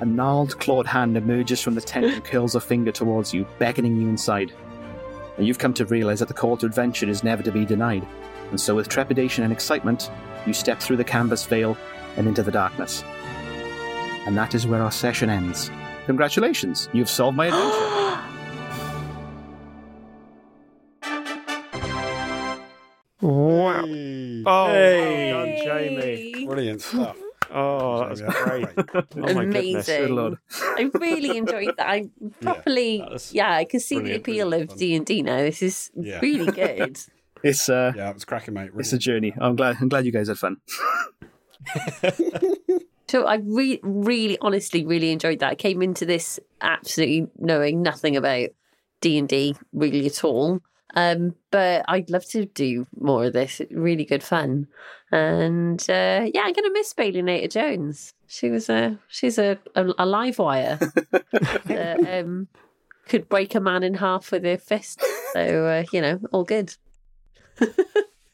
B: A gnarled, clawed hand emerges from the tent and curls a finger towards you, beckoning you inside. And you've come to realize that the call to adventure is never to be denied, and so with trepidation and excitement, you step through the canvas veil and into the darkness. And that is where our session ends. Congratulations, you've solved my
D: [GASPS]
B: adventure.
A: Wow.
D: Hey,
A: Oh,
E: Hey.
A: well done, Jamie.
D: [LAUGHS] Brilliant stuff.
A: Oh, that was
D: Jamie, that's
A: great. oh, my goodness.
C: Amazing.
B: Good lord.
C: I really enjoyed that.
D: [LAUGHS]
C: I properly,
E: that
C: yeah,
E: was
C: I can see the
D: brilliant,
C: appeal
D: brilliant
C: of
D: fun.
C: D and D now. This is
D: [LAUGHS] Yeah.
A: [LAUGHS]
C: really
D: [LAUGHS]
C: good.
B: It's uh,
D: Yeah, it was cracking, mate.
B: it's a journey. I'm glad. I'm glad you guys had fun.
C: so I re- really, honestly, really enjoyed that. I came into this absolutely knowing nothing about D and D really at all. Um, but I'd love to do more of this. It's Really good fun, and uh, yeah, I'm gonna miss Bailey Nater Jones. She was a she's a a, a live wire that um, could break a man in half with her fist. So uh, you know, all good.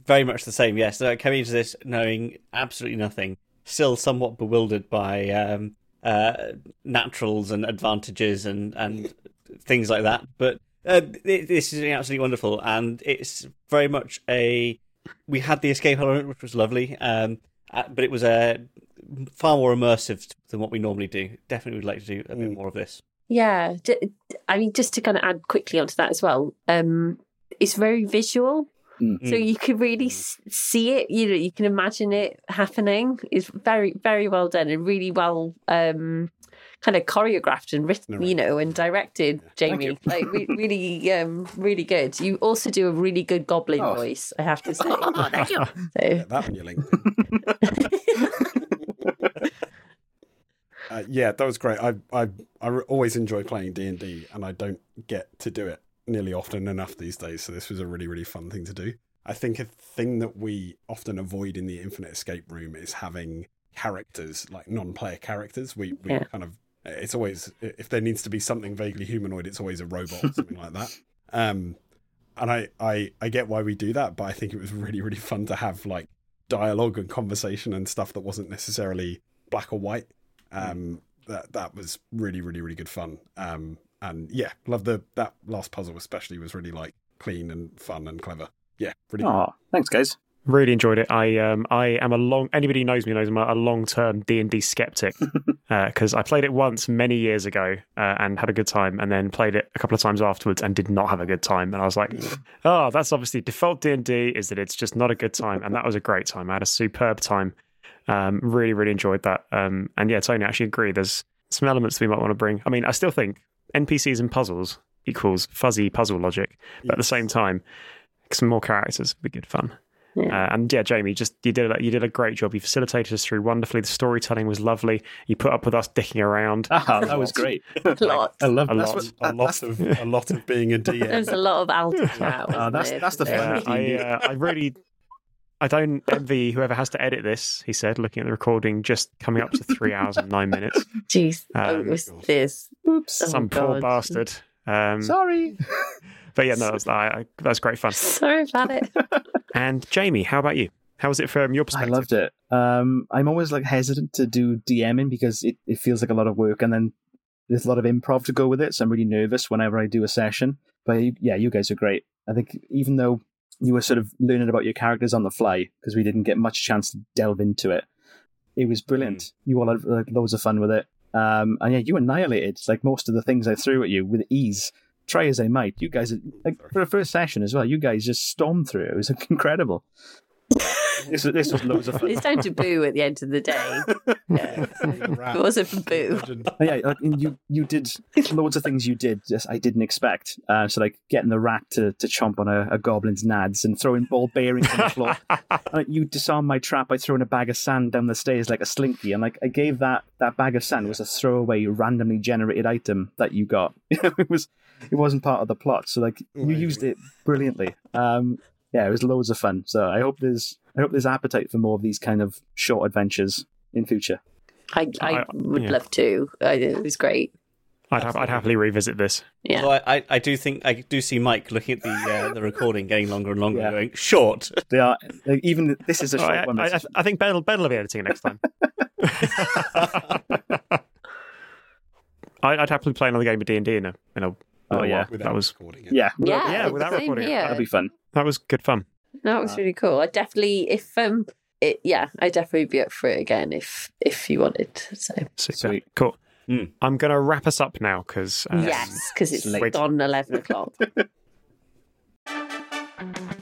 E: Very much the same, yes. So I came into this knowing absolutely nothing, still somewhat bewildered by um, uh, naturals and advantages and, and things like that. But uh, th- this is absolutely wonderful, and it's very much a. We had the escape element, which was lovely, um, uh, but it was a far more immersive than what we normally do. Definitely would like to do a bit more of this.
C: Yeah, j- I mean, just to kind of add quickly onto that as well, um, it's very visual,
B: Mm.
C: so you can really s- see it. You know, you can imagine it happening. It's very, very well done and really well um, kind of choreographed and written, you know, and directed. Jamie, [LAUGHS] like re- really, um, really good. You also do a really good goblin
B: Oh.
C: voice,
B: [LAUGHS]
C: I have to say.
F: thank you.
C: So, [LAUGHS]
D: Get that on your LinkedIn. uh, yeah, that was great. I I I re- always enjoy playing D and D, and I don't get to do it nearly often enough these days. So this was a really really fun thing to do. I think a thing that we often avoid in the Infinite Escape Room is having characters like non-player characters. We we
C: Yeah.
D: kind of it's always if there needs to be something vaguely humanoid, it's always a robot or something
C: [LAUGHS]
D: like that. Um, and I, I I get why we do that, but I think it was really really fun to have like dialogue and conversation and stuff that wasn't necessarily black or white. Um, that that was really really really good fun. Um, and yeah, love the that last puzzle especially was really like clean and fun and clever. Yeah, really.
B: Aw, thanks, guys. [LAUGHS]
A: Really enjoyed it. I um I am a long anybody who knows me knows I'm a long term D and D skeptic because I played it once many years ago uh, and had a good time, and then played it a couple of times afterwards and did not have a good time. And I was like, oh, that's obviously default D and D is that it's just not a good time. And that was a great time. I had a superb time. Um, really, really enjoyed that. Um, and yeah, Tony, I actually agree. There's some elements that we might want to bring. I mean, I still think NPCs and puzzles equals fuzzy puzzle logic, but at the same time, some more characters would be good fun.
C: yeah.
A: Uh, and yeah, Jamie, just you did a, you did a great job. You facilitated us through wonderfully. The storytelling was lovely. You put up with us dicking
C: [LAUGHS]
A: around.
B: Ah, that was great.
C: Lot.
B: I love
A: A
B: that's
A: lot.
B: what-
D: A
B: that-
D: lot [LAUGHS] of a lot of being a DM.
C: There's a lot [LAUGHS] of Alden now.
B: [LAUGHS] Ah,
C: wasn't
B: that's-
C: there?
B: that's the
C: So-
B: fun.
C: [LAUGHS]
A: Uh, I uh, I really I don't envy whoever has to edit this. He said, looking at the recording, just coming up to three hours and nine minutes.
C: Jeez, oh,
B: Ah,
A: Um,
C: it was this.
B: Oops.
C: [LAUGHS] Oh,
A: Some poor
C: God.
A: bastard. Um,
B: Sorry.
A: but yeah, no, that's, I, I, that's great fun.
C: Sorry about it.
A: And Jamie, how about you? How was it from your
B: I
A: perspective?
B: loved it. Um, I'm always like hesitant to do DMing because it, it feels like a lot of work, and then there's a lot of improv to go with it. So I'm really nervous whenever I do a session. But you, yeah, you guys are great. I think even though you were sort of learning about your characters on the fly because we didn't get much chance to delve into it, it was brilliant.
A: Hmm.
B: You all had like, loads of fun with it. Um, and yeah, you annihilated like most of the things I threw at you with ease. try as I might, you guys, like, for the first session as well, you guys just stormed through. It was incredible. this, was- this was loads of fun.
C: It's down
B: [LAUGHS]
C: to boo at the end of the day. Yeah.
D: Rat.
C: If it wasn't for boo.
D: Legend.
B: Oh, yeah, like, and you you did loads of things you did just I didn't expect. Uh, so like getting the rat to, to chomp on a, a goblin's nads and throwing ball bearings on the floor. Uh, you disarmed my trap by throwing a bag of sand down the stairs like a slinky, and like I gave that that bag of sand was a throwaway randomly generated item that you got. [LAUGHS] it was it wasn't part of the plot, so like you
D: Right.
B: used it brilliantly. Um, yeah, it was loads of fun. So I hope there's I hope there's appetite for more of these kind of short adventures in future.
C: I, I,
A: I-
C: would
A: yeah.
C: love to. I, it was great.
A: I'd, hap- I'd happily revisit this.
C: Yeah.
E: Although I, I, I do think I do see Mike looking at the uh, the recording getting longer and longer,
B: Yeah.
E: and going short.
B: They are like, even this is a
A: Oh,
B: short
A: I,
B: one.
A: I- I- I think Ben will, ben will be editing it next
B: [LAUGHS]
A: time. [LAUGHS] I, I'd happily play another game of D and D in a in a. in a
B: Oh,
A: while.
B: yeah.
D: Without
A: that was
D: recording it.
B: yeah,
C: yeah,
A: yeah, without
C: same
A: recording it,
C: here.
B: that'll be fun.
A: that was good fun.
C: That was really cool. I definitely, if um, it, yeah, I definitely be up for it again if if you wanted. So
A: Super.
B: Sweet. Hmm.
A: Cool.
E: Mm.
A: I'm going to wrap us up now uh, because
C: yes, 'cause yes, because it's
A: Sweet.
C: on eleven o'clock. [LAUGHS]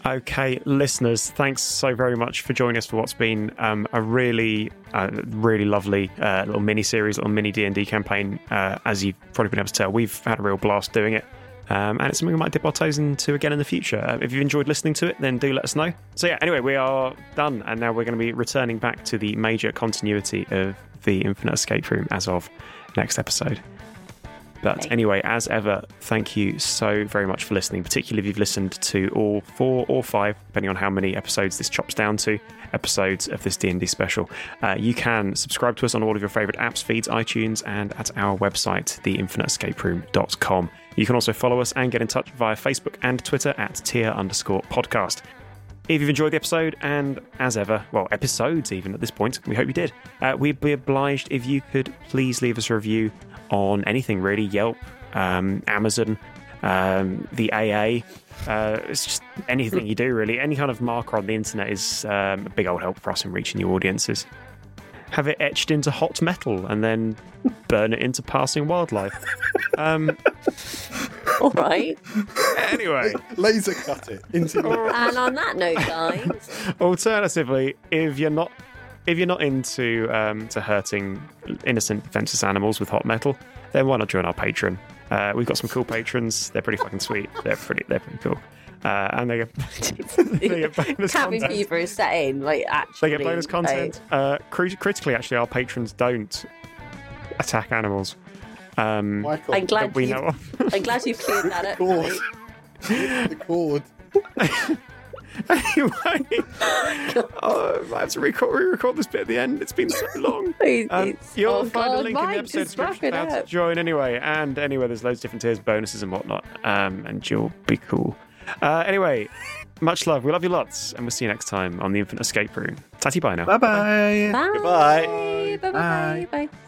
A: Okay, listeners, thanks so very much for joining us for what's been um, a really, uh, really lovely uh, little mini series, little mini D and D campaign. Uh, as you've probably been able to tell, we've had a real blast doing it, um, and it's something we might dip our toes into again in the future. Uh, if you've enjoyed listening to it, then do let us know. So yeah, anyway, we are done, and now we're going to be returning back to the major continuity of the Infinite Escape Room as of next episode. But anyway, as ever, thank you so very much for listening, particularly if you've listened to all four or five, depending on how many episodes this chops down to, episodes of this D&D special. Uh, you can subscribe to us on all of your favourite apps, feeds, iTunes, and at our website, theinfiniteescaperoom.com. You can also follow us and get in touch via Facebook and Twitter at tier underscore podcast. If you've enjoyed the episode, and as ever, well, episodes even at this point, we hope you did. Uh, we'd be obliged if you could please leave us a review on anything really Yelp, um, Amazon, um, the AA. Uh, it's just anything you do, really. Any kind of marker on the internet is um, a big old help for us in reaching new audiences. Have it etched into hot metal and then burn it into passing wildlife. Um,
C: All right.
A: anyway.
D: Laser cut it
C: [LAUGHS]
D: into
C: And on
A: [LAUGHS]
C: that note, guys,
A: Alternatively, if you're not if you're not into um, to hurting innocent defenseless animals with hot metal, then why not join our Patreon? Uh, we've got some cool patrons. They're pretty fucking sweet. They're pretty they're pretty cool. Uh, and they get [LAUGHS] they get bonus
C: cabin
A: content.
C: fever is set in. Like actually,
A: They get bonus
C: like-
A: content. Uh, crit- critically, actually, our patrons don't attack animals. [LAUGHS] Um,
D: Michael.
C: I'm glad
A: that we
C: you,
A: know of.
C: I'm glad you cleared that
A: [LAUGHS]
C: up.
D: Record.
C: Mike. [LAUGHS]
D: Record.
A: anyway, oh, I have to record, re-record this bit at the end. It's been so long.
C: It's-
A: Um,
C: it's-
A: you'll
C: oh,
A: find a
C: God,
A: link in
C: Mike,
A: the episode
C: just wrap
A: description
C: it
A: how to
C: up.
A: join anyway. And anyway, there's loads of different tiers, bonuses and whatnot. Um, and you'll be cool. Uh, anyway, much love. We love you lots, and we'll see you next time on the Infinite Escape Room. Tatty bye now.
B: Bye bye.
C: Bye.
E: Goodbye.
C: Bye. Bye. Bye. Bye.